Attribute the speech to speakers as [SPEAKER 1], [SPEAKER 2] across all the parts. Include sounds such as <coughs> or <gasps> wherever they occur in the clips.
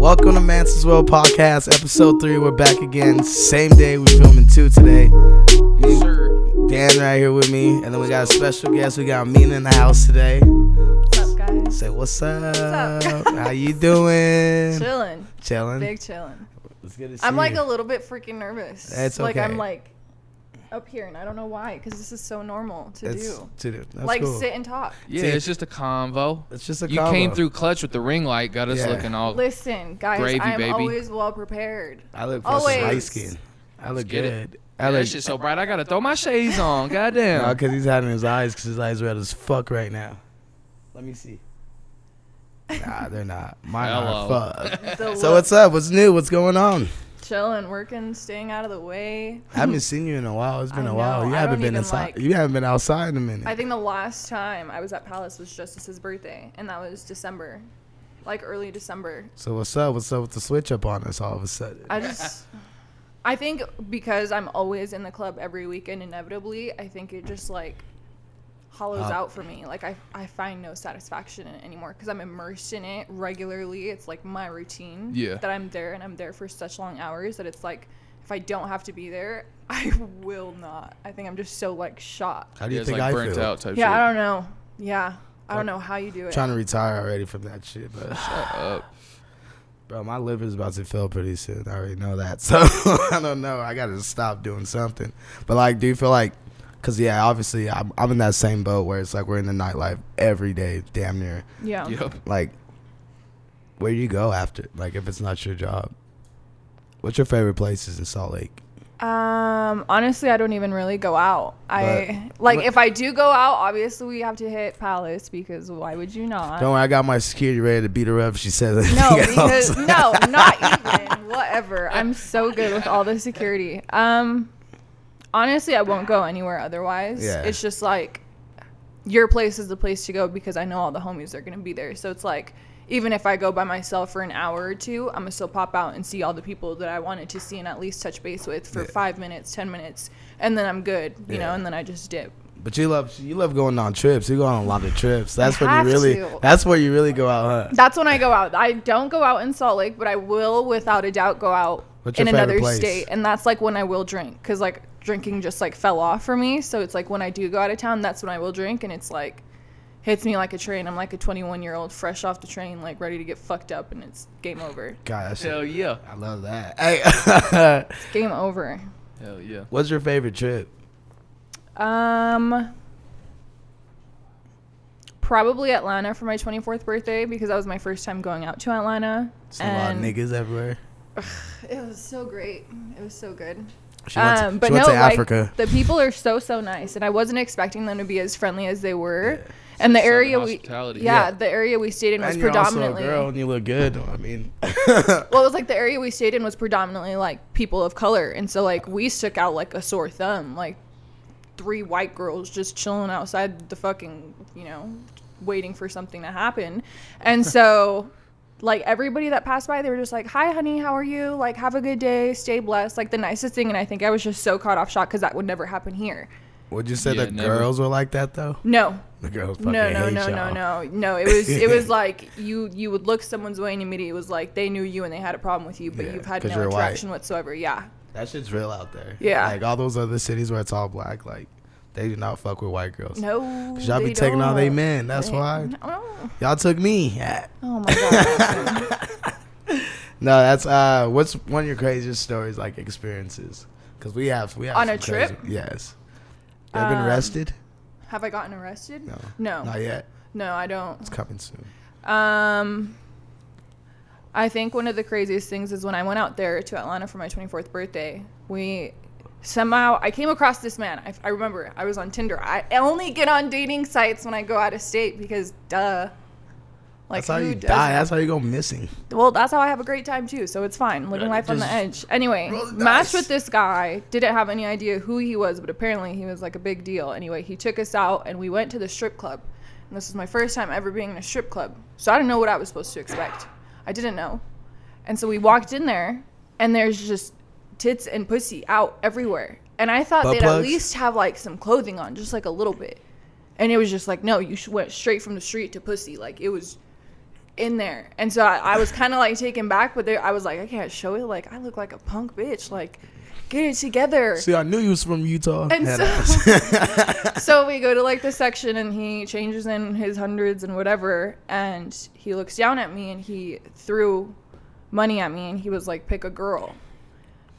[SPEAKER 1] Plants as Well podcast, episode three. We're back again. Same day. We filming two today. Me, Dan right here with me, and then we got a special guest. We got Mina in the house today.
[SPEAKER 2] What's up, guys?
[SPEAKER 1] Say what's up?
[SPEAKER 2] up?
[SPEAKER 1] How you doing?
[SPEAKER 2] Chilling,
[SPEAKER 1] Chilling.
[SPEAKER 2] big chilling.
[SPEAKER 1] It's good to see
[SPEAKER 2] I'm like
[SPEAKER 1] you.
[SPEAKER 2] a little bit freaking nervous.
[SPEAKER 1] That's
[SPEAKER 2] Like
[SPEAKER 1] okay.
[SPEAKER 2] I'm like up here, and I don't know why, because this is so normal to
[SPEAKER 1] It's-
[SPEAKER 2] do.
[SPEAKER 1] to do. That's
[SPEAKER 2] like
[SPEAKER 1] cool.
[SPEAKER 2] sit and talk.
[SPEAKER 3] Yeah,
[SPEAKER 1] See-
[SPEAKER 3] it's just a convo.
[SPEAKER 1] It's just a
[SPEAKER 3] You came
[SPEAKER 1] combo.
[SPEAKER 3] through clutch with the ring light, got us
[SPEAKER 1] Yeah.
[SPEAKER 3] looking all.
[SPEAKER 2] Listen, guys,
[SPEAKER 3] Gravy,
[SPEAKER 2] I'm
[SPEAKER 3] baby.
[SPEAKER 2] always
[SPEAKER 3] <laughs>
[SPEAKER 2] well prepared.
[SPEAKER 1] I look fucking
[SPEAKER 2] Always.
[SPEAKER 1] light skin. I look
[SPEAKER 3] get
[SPEAKER 1] good.
[SPEAKER 3] it.
[SPEAKER 1] I
[SPEAKER 3] Yeah,
[SPEAKER 1] look.
[SPEAKER 3] that shit's so bright. I gotta throw my shades
[SPEAKER 1] <laughs>
[SPEAKER 3] on. Goddamn.
[SPEAKER 1] No, because he's hiding his eyes because his eyes red as fuck right now. Let me see. Nah, they're not. Mine are
[SPEAKER 3] Hello.
[SPEAKER 1] fuck.
[SPEAKER 2] The
[SPEAKER 1] So
[SPEAKER 2] look,
[SPEAKER 1] what's up? What's new? What's going on?
[SPEAKER 2] chilling, working, staying out of the way.
[SPEAKER 1] I
[SPEAKER 2] <laughs>
[SPEAKER 1] haven't seen you in a while. It's been
[SPEAKER 2] I
[SPEAKER 1] a while.
[SPEAKER 2] know.
[SPEAKER 1] You
[SPEAKER 2] I
[SPEAKER 1] haven't
[SPEAKER 2] don't
[SPEAKER 1] been
[SPEAKER 2] even
[SPEAKER 1] inside.
[SPEAKER 2] like-
[SPEAKER 1] you haven't been outside in a minute.
[SPEAKER 2] I think the last time I was at Palace was Justice's birthday, and that was December, like early December.
[SPEAKER 1] so what's up? What's up with the switch up on us all of a sudden?
[SPEAKER 2] I just, I think because I'm always in the club every weekend, inevitably, I think it just like hollows
[SPEAKER 1] Uh,
[SPEAKER 2] out for me. Like I, I find no satisfaction in it anymore because I'm immersed in it regularly. It's like my routine.
[SPEAKER 3] Yeah.
[SPEAKER 2] That I'm there and I'm there for such long hours that it's like, if I don't have to be there, <laughs> I will not. I think I'm just so like shot.
[SPEAKER 1] How do
[SPEAKER 3] yeah,
[SPEAKER 1] you
[SPEAKER 3] it's
[SPEAKER 1] think
[SPEAKER 3] like
[SPEAKER 1] I
[SPEAKER 3] burnt
[SPEAKER 1] feel?
[SPEAKER 3] out type
[SPEAKER 2] Yeah, I
[SPEAKER 3] shit.
[SPEAKER 2] don't know. Yeah, I don't know how you do it.
[SPEAKER 1] Trying to retire already from that shit,
[SPEAKER 3] <sighs>
[SPEAKER 1] but
[SPEAKER 3] Uh,
[SPEAKER 1] bro, my liver's about to fail pretty soon. I already know that, <laughs> so I don't know. I gotta stop doing something. But like, do you feel like? Cause yeah, obviously I'm, I'm in that same boat where it's like we're in the nightlife every day, damn near.
[SPEAKER 2] yeah.
[SPEAKER 3] yep.
[SPEAKER 1] Like, where do you go after? Like, if it's not your job, what's your favorite places in Salt Lake?
[SPEAKER 2] Um, honestly, I don't even really go out. I
[SPEAKER 1] But-
[SPEAKER 2] like
[SPEAKER 1] but-
[SPEAKER 2] if I do go out, obviously we have to hit Palace because why would you not?
[SPEAKER 1] Don't worry, I got my security ready to beat her up. if She says <laughs> anything
[SPEAKER 2] no,
[SPEAKER 1] else.
[SPEAKER 2] because no, not even whatever. I'm so good with all the security. Um, honestly, I won't go anywhere otherwise.
[SPEAKER 1] Yeah.
[SPEAKER 2] It's just like your place is the place to go because I know all the homies are gonna be there. So it's like even if I go by myself for an hour or two, I'm gonna still pop out and see all the people that I wanted to see and at least touch base with for
[SPEAKER 1] Yeah.
[SPEAKER 2] five minutes, ten minutes, and then I'm good, you
[SPEAKER 1] Yeah.
[SPEAKER 2] know, and then I just dip.
[SPEAKER 1] <laughs> But you love you love going on trips. You go on a lot of trips. That's
[SPEAKER 2] I
[SPEAKER 1] when you
[SPEAKER 2] have
[SPEAKER 1] really
[SPEAKER 2] to.
[SPEAKER 1] that's where you really go out, huh?
[SPEAKER 2] That's when I go out. I don't go out in Salt Lake, but I will, without a doubt, go out
[SPEAKER 1] What's your
[SPEAKER 2] in another
[SPEAKER 1] favorite place?
[SPEAKER 2] state, and that's like when I will drink, cause like drinking just like fell off for me. So it's like when I do go out of town, that's when I will drink, and it's like hits me like a train. I'm like a 21 year old fresh off the train, like ready to get fucked up, and it's game over.
[SPEAKER 1] God, that shit,
[SPEAKER 3] Hell yeah.
[SPEAKER 1] I love that. Hey, <laughs>
[SPEAKER 2] It's game over.
[SPEAKER 3] Hell yeah.
[SPEAKER 1] what's your favorite trip?
[SPEAKER 2] Um. Probably Atlanta for my 24th birthday because that was my first time going out to Atlanta.
[SPEAKER 1] It's a lot of
[SPEAKER 2] and
[SPEAKER 1] niggas everywhere.
[SPEAKER 2] It was so great. It was so good.
[SPEAKER 1] She went to,
[SPEAKER 2] Um,
[SPEAKER 1] she
[SPEAKER 2] but
[SPEAKER 1] went
[SPEAKER 2] no,
[SPEAKER 1] to
[SPEAKER 2] like,
[SPEAKER 1] Africa.
[SPEAKER 2] the people are so so nice, and I wasn't expecting them to be as friendly as they were. And the
[SPEAKER 3] Southern
[SPEAKER 2] area we, yeah,
[SPEAKER 3] hospitality. Yeah.
[SPEAKER 2] the area we stayed in was
[SPEAKER 1] and you're also a
[SPEAKER 2] predominantly.
[SPEAKER 1] girl and you look good. I mean, <laughs>
[SPEAKER 2] Well, it was like the area we stayed in was predominantly like people of color, and so like we stuck out like a sore thumb, like three white girls just chilling outside the fucking, you know, waiting for something to happen, and so. Like everybody that passed by, they were just like, "Hi, honey, how are you? Like, have a good day, stay blessed." Like the nicest thing, and I think I was just so caught off shot because that would never happen here.
[SPEAKER 1] would you say
[SPEAKER 3] Yeah,
[SPEAKER 1] the
[SPEAKER 3] never.
[SPEAKER 1] girls were like that though?
[SPEAKER 2] No,
[SPEAKER 1] The girls fucking
[SPEAKER 2] no, no,
[SPEAKER 1] hate
[SPEAKER 2] no, no,
[SPEAKER 1] y'all.
[SPEAKER 2] no, no. It was it
[SPEAKER 1] <laughs>
[SPEAKER 2] was like you you would look someone's way and immediately it was like they knew you and they had a problem with you, but
[SPEAKER 1] Yeah,
[SPEAKER 2] you've had
[SPEAKER 1] 'cause
[SPEAKER 2] no
[SPEAKER 1] you're white.
[SPEAKER 2] interaction whatsoever. Yeah,
[SPEAKER 1] That shit's real out there.
[SPEAKER 2] Yeah.
[SPEAKER 1] like all those other cities where it's all black. Like they do not fuck with white girls.
[SPEAKER 2] no.
[SPEAKER 1] Cause y'all be
[SPEAKER 2] they
[SPEAKER 1] taking all they
[SPEAKER 2] don't.
[SPEAKER 1] men. That's why
[SPEAKER 2] No.
[SPEAKER 1] y'all took me. <laughs>
[SPEAKER 2] Oh my god.
[SPEAKER 1] No, that's uh. What's one of your craziest stories, like experiences? Because we have we have
[SPEAKER 2] On
[SPEAKER 1] some
[SPEAKER 2] a trip?
[SPEAKER 1] crazy- yes. You ever been
[SPEAKER 2] Um,
[SPEAKER 1] arrested?
[SPEAKER 2] Have I gotten arrested?
[SPEAKER 1] No.
[SPEAKER 2] No.
[SPEAKER 1] Not yet.
[SPEAKER 2] No, I don't.
[SPEAKER 1] It's coming soon.
[SPEAKER 2] Um, I think one of the craziest things is when I went out there to Atlanta for my 24th birthday. We somehow I came across this man. I, I remember I was on Tinder. I only get on dating sites when I go out of state because duh. Like
[SPEAKER 1] That's how
[SPEAKER 2] who
[SPEAKER 1] you
[SPEAKER 2] doesn't?
[SPEAKER 1] die. That's how you go missing.
[SPEAKER 2] well, that's how I have a great time too. So it's fine, living
[SPEAKER 1] Yeah,
[SPEAKER 2] life on the
[SPEAKER 1] just
[SPEAKER 2] edge. Anyway,
[SPEAKER 1] roll the dice.
[SPEAKER 2] matched with this guy. Didn't have any idea who he was, but apparently he was like a big deal. Anyway, he took us out and we went to the strip club. And this was my first time ever being in a strip club, so I didn't know what I was supposed to expect. I didn't know, and so we walked in there, and there's just tits and pussy out everywhere. And I thought
[SPEAKER 1] Butt
[SPEAKER 2] they'd at
[SPEAKER 1] plugs?
[SPEAKER 2] least have like some clothing on, just like a little bit. And it was just like, no, you sh- went straight from the street to pussy. Like it was in there. And so I, I was kind of like taken back, but there, I was like, I can't show it. Like, I look like a punk bitch. Like, get it together.
[SPEAKER 1] See, I knew you was from Utah.
[SPEAKER 2] And
[SPEAKER 1] Head
[SPEAKER 2] so-
[SPEAKER 1] ass.
[SPEAKER 2] <laughs> so we go to like the section and he changes in his hundreds and whatever and he looks down at me and he threw money at me and he was like pick a girl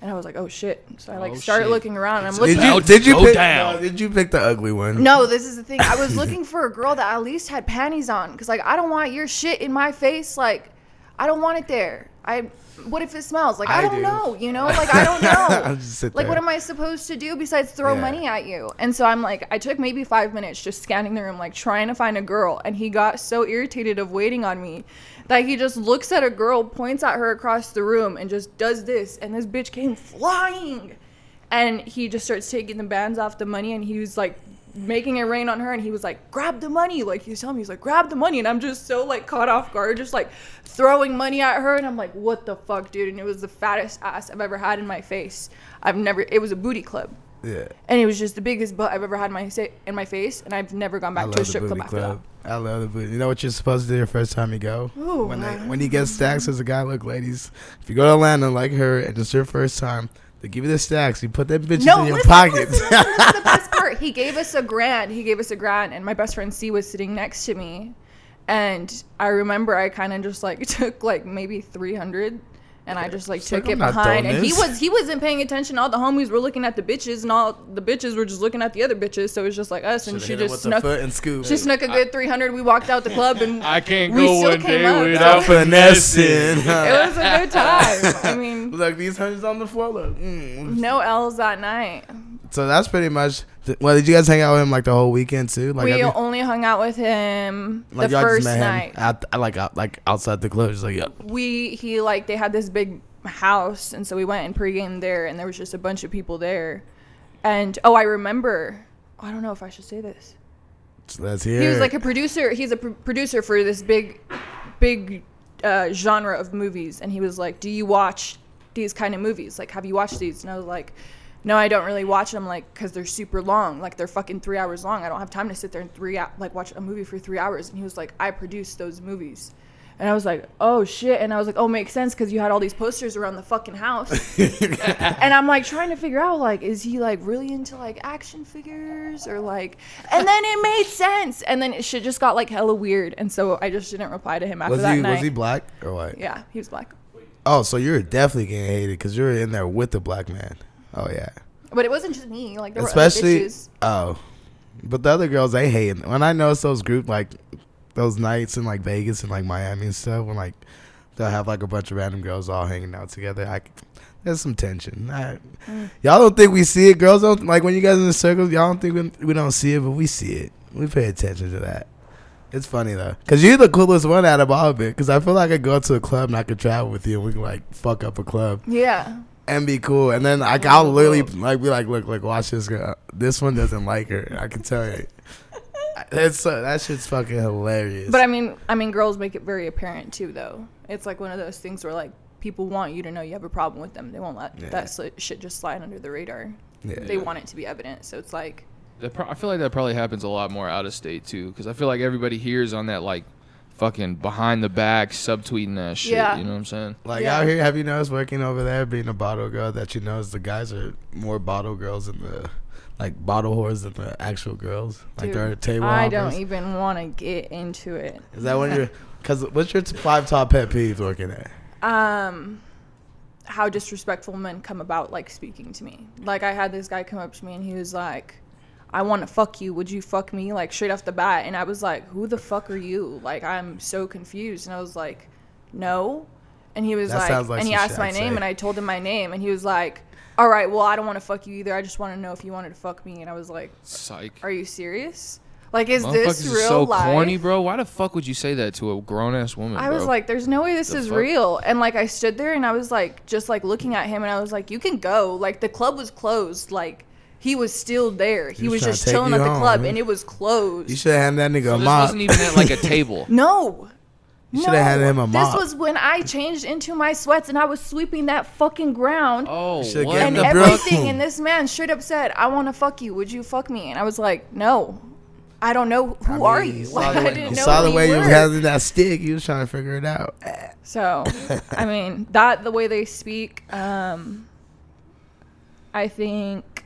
[SPEAKER 2] and i was like oh shit so i like
[SPEAKER 3] Oh,
[SPEAKER 2] start
[SPEAKER 3] shit.
[SPEAKER 2] looking around and i'm
[SPEAKER 1] did
[SPEAKER 2] looking
[SPEAKER 1] you
[SPEAKER 3] Go-
[SPEAKER 1] did you
[SPEAKER 3] go
[SPEAKER 1] pick,
[SPEAKER 3] down.
[SPEAKER 1] no, did you pick the ugly <laughs> one?
[SPEAKER 2] no this is the thing i was looking for a girl that at least had panties on because like i don't want your shit in my face like i don't want it there i what if it smells like i,
[SPEAKER 1] I
[SPEAKER 2] don't
[SPEAKER 1] do.
[SPEAKER 2] know you know like
[SPEAKER 1] <laughs>
[SPEAKER 2] i don't know
[SPEAKER 1] I'll just sit
[SPEAKER 2] like what
[SPEAKER 1] there.
[SPEAKER 2] am i supposed to do besides throw
[SPEAKER 1] Yeah.
[SPEAKER 2] money at you and so i'm like i took maybe five minutes just scanning the room like trying to find a girl and he got so irritated of waiting on me that he just looks at a girl points at her across the room and just does this and this bitch came flying and he just starts taking the bands off the money and he was like making it rain on her and he was like grab the money like he's telling me he's like grab the money and i'm just so like caught off guard just like throwing money at her and i'm like what the fuck dude and it was the fattest ass i've ever had in my face i've never it was a booty club
[SPEAKER 1] Yeah.
[SPEAKER 2] and it was just the biggest butt i've ever had in my, sa- in my face and i've never gone
[SPEAKER 1] I love
[SPEAKER 2] back to a
[SPEAKER 1] the
[SPEAKER 2] strip
[SPEAKER 1] booty
[SPEAKER 2] club after that
[SPEAKER 1] club. I love the booty. You know what you're supposed to do your first time you go?
[SPEAKER 2] Ooh, uh-huh.
[SPEAKER 1] when they
[SPEAKER 2] wow.
[SPEAKER 1] when you get stacks as a guy, look, ladies, if you go to Atlanta like her and it's your first time, they give you the stacks. You put that bitches
[SPEAKER 2] No,
[SPEAKER 1] in your
[SPEAKER 2] listen,
[SPEAKER 1] pockets.
[SPEAKER 2] listen,
[SPEAKER 1] <laughs>
[SPEAKER 2] listen, this is the best part. He gave us a grand. He gave us a grand, and my best friend C was sitting next to me, and I remember I kind of just like <laughs> took like maybe three hundred. And I just like
[SPEAKER 1] She's
[SPEAKER 2] took
[SPEAKER 1] like,
[SPEAKER 2] it
[SPEAKER 1] "I'm not
[SPEAKER 2] behind,
[SPEAKER 1] throwing
[SPEAKER 2] and he
[SPEAKER 1] this.
[SPEAKER 2] was he wasn't paying attention. All the homies were looking at the bitches, and all the bitches were just looking at the other bitches. So it was just like us, and
[SPEAKER 1] Should've
[SPEAKER 2] she
[SPEAKER 1] hit her
[SPEAKER 2] just
[SPEAKER 1] with
[SPEAKER 2] snuck,
[SPEAKER 1] the foot and scoop.
[SPEAKER 2] she snuck a good three hundred. We
[SPEAKER 3] <laughs>
[SPEAKER 2] walked out the club, and
[SPEAKER 3] I can't
[SPEAKER 2] We
[SPEAKER 3] go
[SPEAKER 2] still
[SPEAKER 3] one
[SPEAKER 2] came
[SPEAKER 3] day
[SPEAKER 2] up.
[SPEAKER 3] without
[SPEAKER 1] finessing.
[SPEAKER 2] <laughs> it was a good time.
[SPEAKER 1] <laughs>
[SPEAKER 2] I mean,
[SPEAKER 1] Look, these hundreds on the floor. Look. Mm.
[SPEAKER 2] no L's that night.
[SPEAKER 1] So that's pretty much. th- well, did you guys hang out with him like the whole weekend too? Like,
[SPEAKER 2] we
[SPEAKER 1] every-
[SPEAKER 2] only hung out with him
[SPEAKER 1] like
[SPEAKER 2] the
[SPEAKER 1] y'all
[SPEAKER 2] first
[SPEAKER 1] just met
[SPEAKER 2] night.
[SPEAKER 1] him out, like out, like outside the club. Just like, yep.
[SPEAKER 2] we he like they had this big house and so we went and pregame there and there was just a bunch of people there and oh i remember i don't know if i should say this
[SPEAKER 1] Let's hear.
[SPEAKER 2] he was
[SPEAKER 1] it.
[SPEAKER 2] like a producer he's a pr- producer for this big big uh, genre of movies and he was like do you watch these kind of movies like have you watched these and i was like no i don't really watch them like because they're super long like they're fucking three hours long i don't have time to sit there and three hou- like watch a movie for three hours and he was like i produce those movies and i was like oh shit and i was like oh makes sense because you had all these posters around the fucking house and I'm like trying to figure out like is he like really into like action figures or like and then it made sense and then it shit just got like hella weird and so I just didn't reply to him after
[SPEAKER 1] was
[SPEAKER 2] that
[SPEAKER 1] he
[SPEAKER 2] night.
[SPEAKER 1] was he black or white?
[SPEAKER 2] yeah, he was black.
[SPEAKER 1] Oh, so you're definitely getting hated because you're in there with the black man. Oh yeah,
[SPEAKER 2] But it wasn't just me, like there were other
[SPEAKER 1] especially
[SPEAKER 2] bitches.
[SPEAKER 1] oh, but the other girls they hating. When I notice those group like those nights in like Vegas and like Miami and stuff, when like they'll have like a bunch of random girls all hanging out together, I c- there's some tension. I,
[SPEAKER 2] Mm.
[SPEAKER 1] Y'all don't think we see it, girls don't like when you guys in the circles. Y'all don't think we, we don't see it, but we see it. We pay attention to that. It's funny though, cause you're the coolest one out of all of it. Cause I feel like I go to a club and I could travel with you, and we can like fuck up a club
[SPEAKER 2] Yeah.
[SPEAKER 1] and be cool. And then like I'll literally like be like, look, look, watch this girl. This one doesn't like her. I can tell
[SPEAKER 2] <laughs>
[SPEAKER 1] you. It's uh, that shit's fucking hilarious.
[SPEAKER 2] But I mean I mean girls make it very apparent too though. It's like one of those things where like people want you to know you have a problem with them. They won't let
[SPEAKER 1] Yeah.
[SPEAKER 2] that sli- shit just slide under the radar.
[SPEAKER 1] yeah.
[SPEAKER 2] They want it to be evident. So it's like
[SPEAKER 3] That pro- I feel like that probably happens a lot more out of state too, because I feel like everybody here is on that like fucking behind the back subtweeting that shit.
[SPEAKER 2] Yeah.
[SPEAKER 3] You know what I'm saying?
[SPEAKER 1] like
[SPEAKER 2] Yeah.
[SPEAKER 1] out here, have you noticed working over there being a bottle girl that you notice the guys are more bottle girls than the like bottle whores than the actual girls. Like
[SPEAKER 2] dude,
[SPEAKER 1] they're table
[SPEAKER 2] I
[SPEAKER 1] hoppers.
[SPEAKER 2] don't even want to get into it.
[SPEAKER 1] Is that
[SPEAKER 2] <laughs>
[SPEAKER 1] one of your? Cause what's your t- five top pet peeves working at?
[SPEAKER 2] um how disrespectful men come about like speaking to me like i had this guy come up to me and he was like i want to fuck you would you fuck me like straight off the bat and i was like who the fuck are you like i'm so confused and i was like no and he was
[SPEAKER 1] That
[SPEAKER 2] like,
[SPEAKER 1] sounds like
[SPEAKER 2] and he
[SPEAKER 1] some
[SPEAKER 2] asked
[SPEAKER 1] shit
[SPEAKER 2] my
[SPEAKER 1] I'd
[SPEAKER 2] name
[SPEAKER 1] say.
[SPEAKER 2] and i told him my name and he was like all right well i don't want to fuck you either i just want to know if you wanted to fuck me and i was like
[SPEAKER 3] Psych.
[SPEAKER 2] are you serious like is this
[SPEAKER 3] Motherfuckers
[SPEAKER 2] real
[SPEAKER 3] are so
[SPEAKER 2] life
[SPEAKER 3] corny, bro. Why the fuck would you say that to a grown ass woman?
[SPEAKER 2] I was
[SPEAKER 3] bro?
[SPEAKER 2] like, there's no way this
[SPEAKER 3] The
[SPEAKER 2] is
[SPEAKER 3] fuck?
[SPEAKER 2] real. And like, I stood there and I was like, just like looking at him and I was like, you can go. Like, the club was closed. Like, he was still there. He,
[SPEAKER 1] He was
[SPEAKER 2] was,
[SPEAKER 1] tryna
[SPEAKER 2] just
[SPEAKER 1] take
[SPEAKER 2] chilling
[SPEAKER 1] you
[SPEAKER 2] at the
[SPEAKER 1] home,
[SPEAKER 2] club
[SPEAKER 1] man.
[SPEAKER 2] and it was
[SPEAKER 1] You
[SPEAKER 2] closed.
[SPEAKER 1] should have handed that nigga
[SPEAKER 3] so
[SPEAKER 1] a
[SPEAKER 3] this
[SPEAKER 1] mop.
[SPEAKER 3] wasn't even at
[SPEAKER 1] <laughs>
[SPEAKER 3] like a table.
[SPEAKER 2] No.
[SPEAKER 1] You shoulda handed him a mop.
[SPEAKER 2] This was when I changed into my sweats and I was sweeping that fucking ground.
[SPEAKER 3] Oh,
[SPEAKER 1] Should've
[SPEAKER 3] what?
[SPEAKER 1] gave
[SPEAKER 2] and
[SPEAKER 1] the
[SPEAKER 2] everything.
[SPEAKER 1] broom.
[SPEAKER 2] And this man straight up said, I want to fuck you. Would you fuck me? And I was like, no. I don't know who
[SPEAKER 1] I
[SPEAKER 2] are
[SPEAKER 1] mean,
[SPEAKER 2] you. <laughs>
[SPEAKER 1] you saw
[SPEAKER 2] Like,
[SPEAKER 4] the
[SPEAKER 2] I
[SPEAKER 4] way-
[SPEAKER 2] didn't
[SPEAKER 1] You
[SPEAKER 2] know
[SPEAKER 1] saw
[SPEAKER 2] who
[SPEAKER 1] the way you
[SPEAKER 2] were.
[SPEAKER 1] was handling that stick. You was trying to figure it out.
[SPEAKER 2] So,
[SPEAKER 1] <laughs>
[SPEAKER 2] I mean, that the way they speak, um, I think.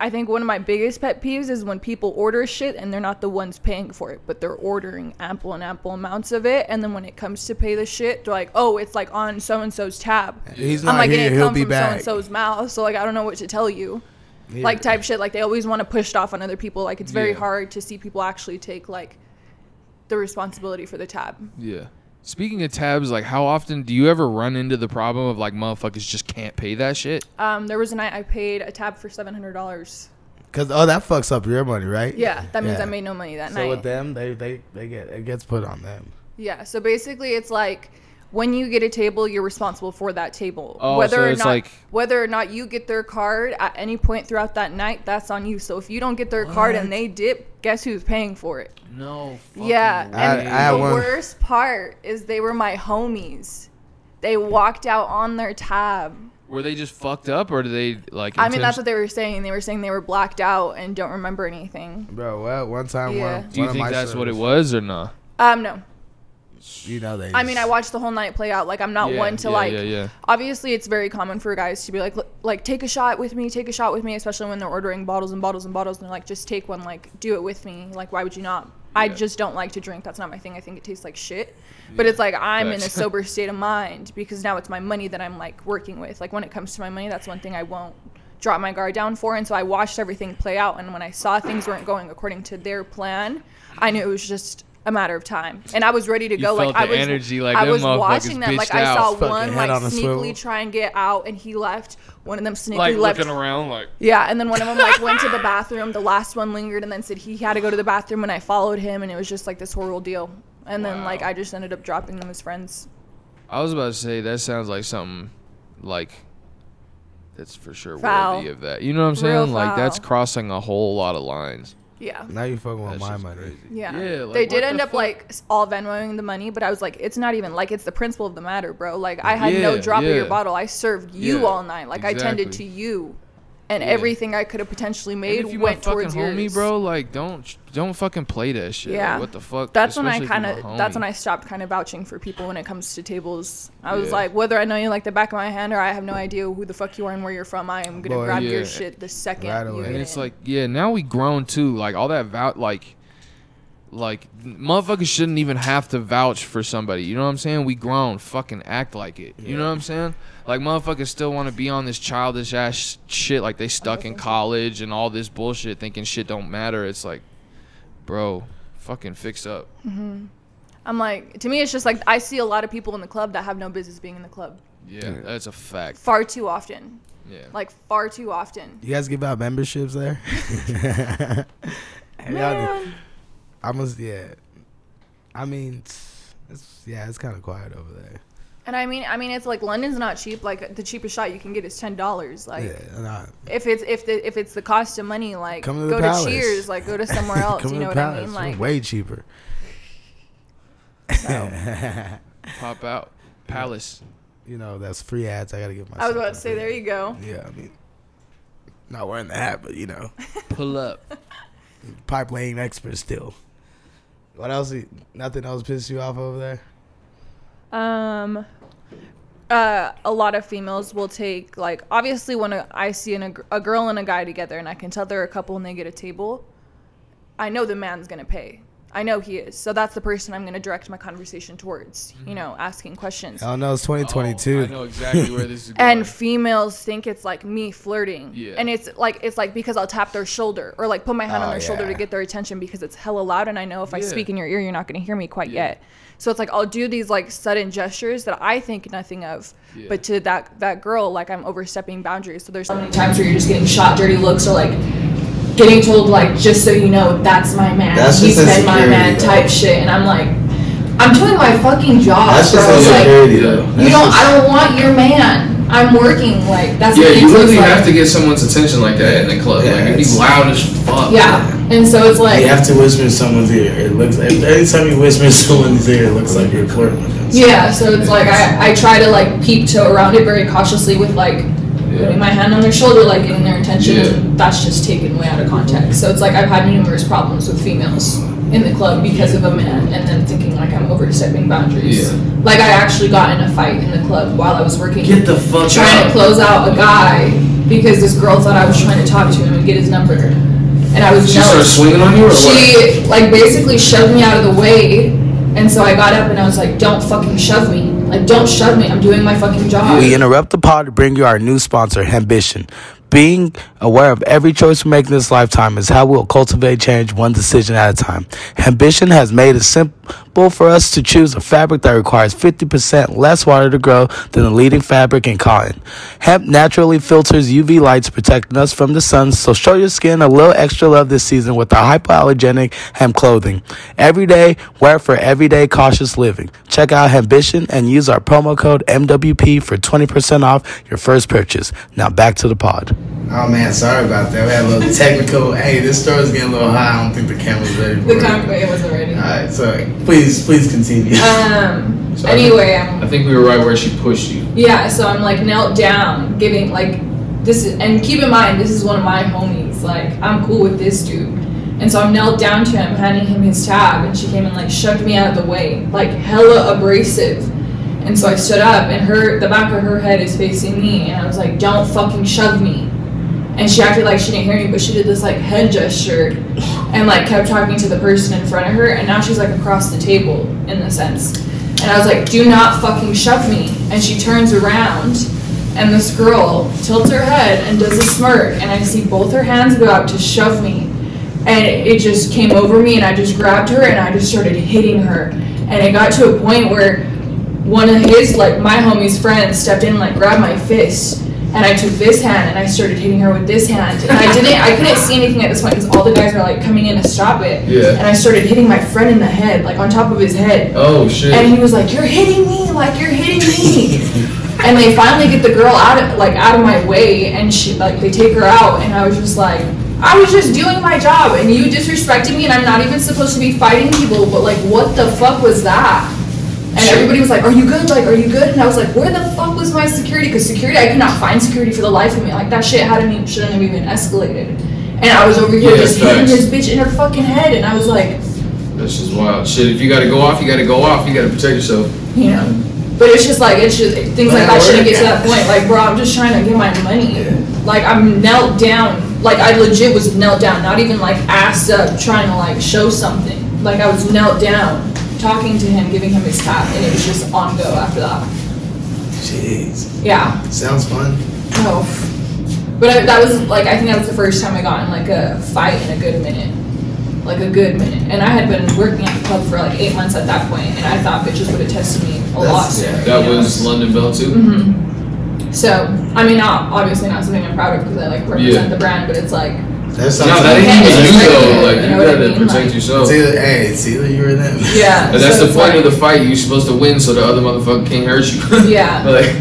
[SPEAKER 2] I think one of my biggest pet peeves is when people order shit and they're not the ones paying for it, but they're ordering ample and ample amounts of it. And then when it comes to pay the shit, they're like, "Oh, it's like on so and so's tab."
[SPEAKER 1] He's
[SPEAKER 2] I'm
[SPEAKER 1] not
[SPEAKER 2] like,
[SPEAKER 1] here.
[SPEAKER 2] "It didn't
[SPEAKER 1] He'll
[SPEAKER 2] come
[SPEAKER 1] be
[SPEAKER 2] from so
[SPEAKER 1] back.
[SPEAKER 2] and so's mouth," so like, I don't know what to tell you
[SPEAKER 1] Yeah.
[SPEAKER 2] like type shit. Like they always want to push it off on other people. Like it's very
[SPEAKER 4] Yeah.
[SPEAKER 2] hard to see people actually take like the responsibility for the tab.
[SPEAKER 4] Yeah. Speaking of tabs, like how often do you ever run into the problem of like motherfuckers just can't pay that shit?
[SPEAKER 2] Um, there was a night I paid a tab for seven hundred dollars.
[SPEAKER 1] Cause oh, that fucks up your money, right?
[SPEAKER 2] Yeah, that means
[SPEAKER 1] Yeah.
[SPEAKER 2] I made no money that
[SPEAKER 1] So
[SPEAKER 2] night.
[SPEAKER 1] with them, they they they get it gets put on them.
[SPEAKER 2] yeah. So basically, it's like when you get a table, you're responsible for that table.
[SPEAKER 4] Oh, so
[SPEAKER 2] or
[SPEAKER 4] it's
[SPEAKER 2] not
[SPEAKER 4] like-
[SPEAKER 2] whether or not you get their card at any point throughout that night, that's on you. So if you don't get their card and they dip, guess who's paying for it?
[SPEAKER 4] No.
[SPEAKER 2] Yeah, and
[SPEAKER 1] I- I had
[SPEAKER 2] the
[SPEAKER 1] one-
[SPEAKER 2] worst part is they were my homies. They walked out on their tab.
[SPEAKER 4] Were they just fucked up or do they like?
[SPEAKER 2] I mean, that's
[SPEAKER 4] intention-
[SPEAKER 2] what they were saying. They were saying they were blacked out and don't remember anything.
[SPEAKER 1] Bro, well, one time,
[SPEAKER 2] Yeah.
[SPEAKER 1] one,
[SPEAKER 4] Do you
[SPEAKER 1] one of
[SPEAKER 4] think
[SPEAKER 1] my
[SPEAKER 4] that's what it
[SPEAKER 1] servers-
[SPEAKER 4] was or no?
[SPEAKER 2] Um, no.
[SPEAKER 1] You know they.
[SPEAKER 2] I mean, I watched the whole night play out. Like, I'm not
[SPEAKER 4] Yeah,
[SPEAKER 2] one to
[SPEAKER 4] yeah,
[SPEAKER 2] like.
[SPEAKER 4] yeah, yeah.
[SPEAKER 2] Obviously, it's very common for guys to be like, "Look, like, take a shot with me, take a shot with me, especially when they're ordering bottles and bottles and bottles. And they're like, just take one, like, do it with me. Like, why would you not? I
[SPEAKER 4] Yeah.
[SPEAKER 2] just don't like to drink. That's not my thing. I think it tastes like shit. But it's like I'm in a
[SPEAKER 4] Facts. <laughs>
[SPEAKER 2] sober state of mind because now it's my money that I'm like working with. Like when it comes to my money, that's one thing I won't drop my guard down for. And so I watched everything play out. And when I saw things weren't going according to their plan, I knew it was just a matter of time. And I was ready to
[SPEAKER 4] You
[SPEAKER 2] go.
[SPEAKER 4] felt
[SPEAKER 2] like I
[SPEAKER 4] the
[SPEAKER 2] was,
[SPEAKER 4] energy, like,
[SPEAKER 2] I
[SPEAKER 4] them
[SPEAKER 2] was
[SPEAKER 4] motherfuckers
[SPEAKER 2] watching them. Like
[SPEAKER 4] bitched
[SPEAKER 2] I
[SPEAKER 4] out.
[SPEAKER 2] saw
[SPEAKER 1] Fucking
[SPEAKER 2] one
[SPEAKER 1] head
[SPEAKER 2] like
[SPEAKER 1] on a
[SPEAKER 2] sneakily
[SPEAKER 1] swivel.
[SPEAKER 2] try and get out, and he left. One of them sneakily
[SPEAKER 4] Like
[SPEAKER 2] left.
[SPEAKER 4] looking around, like
[SPEAKER 2] Yeah, and then one of them like went
[SPEAKER 4] <laughs>
[SPEAKER 2] to the bathroom. The last one lingered and then said he had to go to the bathroom, and I followed him, and it was just like this horrible deal. And then
[SPEAKER 4] Wow.
[SPEAKER 2] like I just ended up dropping them as friends.
[SPEAKER 4] I was about to say that sounds like something like that's for sure
[SPEAKER 2] Foul.
[SPEAKER 4] worthy of that. You know what I'm saying?
[SPEAKER 2] Real
[SPEAKER 4] like that's
[SPEAKER 2] foul.
[SPEAKER 4] crossing a whole lot of lines.
[SPEAKER 2] Yeah,
[SPEAKER 1] Now you fucking with
[SPEAKER 4] That's
[SPEAKER 1] my
[SPEAKER 4] just
[SPEAKER 1] money.
[SPEAKER 4] crazy.
[SPEAKER 2] yeah.
[SPEAKER 4] Yeah, like,
[SPEAKER 2] they did
[SPEAKER 4] what
[SPEAKER 2] end
[SPEAKER 4] the
[SPEAKER 2] up
[SPEAKER 4] fuck?
[SPEAKER 2] like s- all Venmoing the money, but I was like, it's not even like it's the principle of the matter, bro. Like I had no
[SPEAKER 4] Yeah,
[SPEAKER 2] drop of your
[SPEAKER 4] yeah.
[SPEAKER 2] bottle. I served you
[SPEAKER 4] Yeah,
[SPEAKER 2] all night. Like I tended to
[SPEAKER 4] exactly.
[SPEAKER 2] you, and
[SPEAKER 4] Yeah.
[SPEAKER 2] everything I could have potentially made
[SPEAKER 4] And if you my
[SPEAKER 2] went
[SPEAKER 4] fucking
[SPEAKER 2] towards
[SPEAKER 4] homie,
[SPEAKER 2] yours.
[SPEAKER 4] bro, like don't don't fucking play that shit. Like,
[SPEAKER 2] Yeah.
[SPEAKER 4] what the fuck?
[SPEAKER 2] That's when I
[SPEAKER 4] Especially if you're
[SPEAKER 2] kind
[SPEAKER 4] my
[SPEAKER 2] of that's when
[SPEAKER 4] homie.
[SPEAKER 2] I stopped kind of vouching for people when it comes to tables. I was
[SPEAKER 4] Yeah.
[SPEAKER 2] like, whether I know you like the back of my hand or I have no idea who the fuck you are and where you're from, I am gonna
[SPEAKER 1] Boy,
[SPEAKER 2] grab your
[SPEAKER 4] yeah.
[SPEAKER 2] shit the second.
[SPEAKER 1] Right
[SPEAKER 2] you
[SPEAKER 1] away.
[SPEAKER 2] get
[SPEAKER 4] And it's
[SPEAKER 2] in.
[SPEAKER 4] like, yeah, now we grown too. Like all that vouch, like, like motherfuckers shouldn't even have to vouch for somebody. You know what I'm saying? We grown, fucking act like it. You know what I'm saying? Like motherfuckers still want to be on this childish ass shit. Like they stuck in college and all this bullshit, thinking shit don't matter. It's like, bro, fucking fix up.
[SPEAKER 2] I'm like, to me, it's just like I see a lot of people in the club that have no business being in the club
[SPEAKER 4] Yeah, that's a fact.
[SPEAKER 2] far too often.
[SPEAKER 4] Yeah.
[SPEAKER 2] Like far too often.
[SPEAKER 1] You guys give out memberships
[SPEAKER 2] <laughs>
[SPEAKER 1] there? Y'all do.
[SPEAKER 2] Man.
[SPEAKER 1] I must. Yeah. I mean, it's, it's yeah, it's kind of quiet over there.
[SPEAKER 2] And I mean, I mean, it's like London's not cheap. Like the cheapest shot you can get is ten dollars. Like
[SPEAKER 1] yeah. and I-
[SPEAKER 2] if it's if the if it's the cost of money, like
[SPEAKER 1] Come to the
[SPEAKER 2] go
[SPEAKER 1] palace.
[SPEAKER 2] to Cheers, like go to somewhere
[SPEAKER 1] <laughs>
[SPEAKER 2] else.
[SPEAKER 1] Come
[SPEAKER 2] you
[SPEAKER 1] to
[SPEAKER 2] know
[SPEAKER 1] the
[SPEAKER 2] what I
[SPEAKER 1] palace,
[SPEAKER 2] mean?
[SPEAKER 1] we're
[SPEAKER 2] Like
[SPEAKER 1] way cheaper.
[SPEAKER 4] Pop out, palace.
[SPEAKER 1] <laughs> you know, that's free ads. I gotta give myself.
[SPEAKER 2] I was about to
[SPEAKER 1] a
[SPEAKER 2] say,
[SPEAKER 1] free
[SPEAKER 2] there you go.
[SPEAKER 1] ad. Yeah, I mean, not wearing the hat, but you know,
[SPEAKER 4] Pull
[SPEAKER 5] <laughs>
[SPEAKER 4] up.
[SPEAKER 1] pipe laying expert still. What else? you- Nothing else pissed you off over there?
[SPEAKER 2] Um, uh, a lot of females will take like obviously when a, I see an, a, gr- a girl and a guy together and I can tell they're a couple and they get a table, I know the man's gonna pay. I know he is. So that's the person I'm gonna direct my conversation towards. You know, asking questions.
[SPEAKER 1] Oh no, it's
[SPEAKER 4] Oh, I
[SPEAKER 1] 2022.
[SPEAKER 4] know exactly where this is going.
[SPEAKER 2] <laughs> and females think it's like me flirting
[SPEAKER 4] Yeah. Ah,
[SPEAKER 2] and it's like it's like because i'll tap their shoulder or like put my hand
[SPEAKER 1] Oh,
[SPEAKER 2] on their shoulder
[SPEAKER 1] yeah.
[SPEAKER 2] to get their attention because it's hella loud and i know if i
[SPEAKER 4] Yeah.
[SPEAKER 2] speak in your ear you're not going to hear me quite
[SPEAKER 4] Yeah.
[SPEAKER 2] yet so it's like i'll do these like sudden gestures that i think nothing of
[SPEAKER 4] Yeah.
[SPEAKER 2] but to that that girl like i'm overstepping boundaries so there's so many times where you're just getting shot dirty looks or like getting told like just so you know that's my man
[SPEAKER 6] That's
[SPEAKER 2] he's
[SPEAKER 6] just
[SPEAKER 2] been my
[SPEAKER 6] insecurity,
[SPEAKER 2] man
[SPEAKER 6] though.
[SPEAKER 2] type shit and i'm like i'm doing my fucking job
[SPEAKER 6] That's just
[SPEAKER 2] bro. It's like,
[SPEAKER 6] insecurity, though. That's
[SPEAKER 2] you don't.
[SPEAKER 6] just-
[SPEAKER 2] I don't want your man. I'm working. Like that's.
[SPEAKER 7] Yeah, you
[SPEAKER 2] the thing, so
[SPEAKER 7] really
[SPEAKER 2] it's like-
[SPEAKER 7] have to get someone's attention like that in the club.
[SPEAKER 6] Yeah,
[SPEAKER 7] like, it'd be
[SPEAKER 6] it's-
[SPEAKER 7] loud as fuck.
[SPEAKER 2] Yeah, and so it's like.
[SPEAKER 6] You have to whisper in someone's ear. It looks every time you whisper in someone's ear, it looks like you're flirting with them.
[SPEAKER 2] Yeah, so it's like I, I try to like peep toe around it very cautiously with like putting my hand on their shoulder, like getting their attention,
[SPEAKER 4] Yeah.
[SPEAKER 2] that's just taken way out of context. So it's like I've had numerous problems with females in the club because of a man, and then thinking like I'm overstepping boundaries.
[SPEAKER 4] Yeah.
[SPEAKER 2] Like I actually got in a fight in the club while I was working,
[SPEAKER 5] Get the fuck
[SPEAKER 2] trying to
[SPEAKER 5] out.
[SPEAKER 2] close out a guy because this girl thought I was trying to talk to him and get his number, and I was
[SPEAKER 4] She
[SPEAKER 2] jealous
[SPEAKER 4] started swinging on you or what?
[SPEAKER 2] she like basically shoved me out of the way and so i got up and i was like don't fucking shove me like don't shove me i'm doing my fucking job
[SPEAKER 1] We interrupt the pod to bring you our new sponsor, Ambition. Being aware of every choice we make in this lifetime is how we'll cultivate change one decision at a time. Ambition has made it simple for us to choose a fabric that requires 50% less water to grow than the leading fabric in cotton. Hemp naturally filters UV lights, protecting us from the sun, so show your skin a little extra love this season with our hypoallergenic hemp clothing. Every day, wear for everyday cautious living. Check out Ambition and use our promo code MWP for 20% off your first purchase. Now back to the pod.
[SPEAKER 5] Oh man, sorry about that. We had a little technical. hey, this story's getting a little high. I don't think the camera's ready. For
[SPEAKER 2] the
[SPEAKER 5] it.
[SPEAKER 2] con- it wasn't ready
[SPEAKER 5] All right, so please, please continue.
[SPEAKER 4] Uh,
[SPEAKER 2] um
[SPEAKER 4] So I think-
[SPEAKER 2] anyway i'm
[SPEAKER 4] I think we were right where she pushed you.
[SPEAKER 2] Yeah, so I'm like knelt down, giving like this, is, and keep in mind this is one of my homies. Like I'm cool with this dude, and so I'm knelt down to him, handing him his tab, and she came and like shoved me out of the way, like hella abrasive. And so I stood up, and her the back of her head is facing me, and I was like, "Don't fucking shove me." And she acted like she didn't hear me, but she did this like head gesture, and like kept talking to the person in front of her, and now she's like across the table in a sense. And I was like, do not fucking shove me. And she turns around, and this girl tilts her head and does a smirk, and I see both her hands go out to shove me. And it just came over me, and I just grabbed her and I just started hitting her. And it got to a point where one of his, like my homie's friends, stepped in and like grabbed my fist. And I took this hand and I started hitting her with this hand. And I didn't, I couldn't see anything at this point because all the guys were like coming in to stop it.
[SPEAKER 4] Yeah.
[SPEAKER 2] And I started hitting my friend in the head, like on top of his head.
[SPEAKER 4] Oh shit.
[SPEAKER 2] And he was like, "You're hitting me! Like you're hitting
[SPEAKER 4] <laughs>
[SPEAKER 2] me!" and they finally get the girl out of like out of my way, and she like they take her out, and I was just like, "I was just doing my job, and you disrespected me, and I'm not even supposed to be fighting people, but like, what the fuck was that?" And
[SPEAKER 4] Sure.
[SPEAKER 2] everybody was like, "Are you good? Like, are you good?" And I was like, "Where the fuck was my security? Because security, I could not find security for the life of me. Like that shit hadn't even, shouldn't have even escalated." And I was over here
[SPEAKER 4] Yeah,
[SPEAKER 2] just hitting
[SPEAKER 4] facts.
[SPEAKER 2] this bitch in her fucking head, and I was like,
[SPEAKER 4] That's just wild. Shit, if you gotta go off, you gotta go off. You gotta protect yourself.
[SPEAKER 2] you know. But it's just like it's just things like that shouldn't get to that point. Like, bro, I'm just trying to get my money. Like, I'm knelt down. Like, I legit was knelt down, not even like ass up, trying to like show something. Like, I was knelt down, talking to him, giving him his tap, and it was just on go after that.
[SPEAKER 5] Jeez,
[SPEAKER 2] Yeah.
[SPEAKER 5] sounds fun.
[SPEAKER 2] No. But I, that was like I think that was the first time I got in like a fight in a good minute, like a good minute. And I had been working at the club for like eight months at that point, and I thought bitches would have tested me a lot.
[SPEAKER 5] That's- yeah,
[SPEAKER 2] sooner,
[SPEAKER 4] That
[SPEAKER 2] you know?
[SPEAKER 4] was London Bell too.
[SPEAKER 2] hmm So, I mean, not obviously not something I'm proud of because I like represent
[SPEAKER 4] Yeah.
[SPEAKER 2] the brand, but it's like,
[SPEAKER 5] That's
[SPEAKER 4] No,
[SPEAKER 5] not
[SPEAKER 4] that ain't
[SPEAKER 2] Yeah,
[SPEAKER 4] even you
[SPEAKER 2] it's
[SPEAKER 4] though.
[SPEAKER 2] like-
[SPEAKER 4] Like
[SPEAKER 2] you
[SPEAKER 4] you
[SPEAKER 2] know what I
[SPEAKER 4] gotta
[SPEAKER 2] mean?
[SPEAKER 4] protect
[SPEAKER 2] Like-
[SPEAKER 4] yourself.
[SPEAKER 5] It's either, hey, it's either you or them.
[SPEAKER 2] yeah.
[SPEAKER 4] And that's
[SPEAKER 2] so
[SPEAKER 4] the
[SPEAKER 2] it's
[SPEAKER 4] point
[SPEAKER 2] like-
[SPEAKER 4] of the fight. You're supposed to win so the other motherfucker can't hurt you. <laughs>
[SPEAKER 2] Yeah.
[SPEAKER 4] like,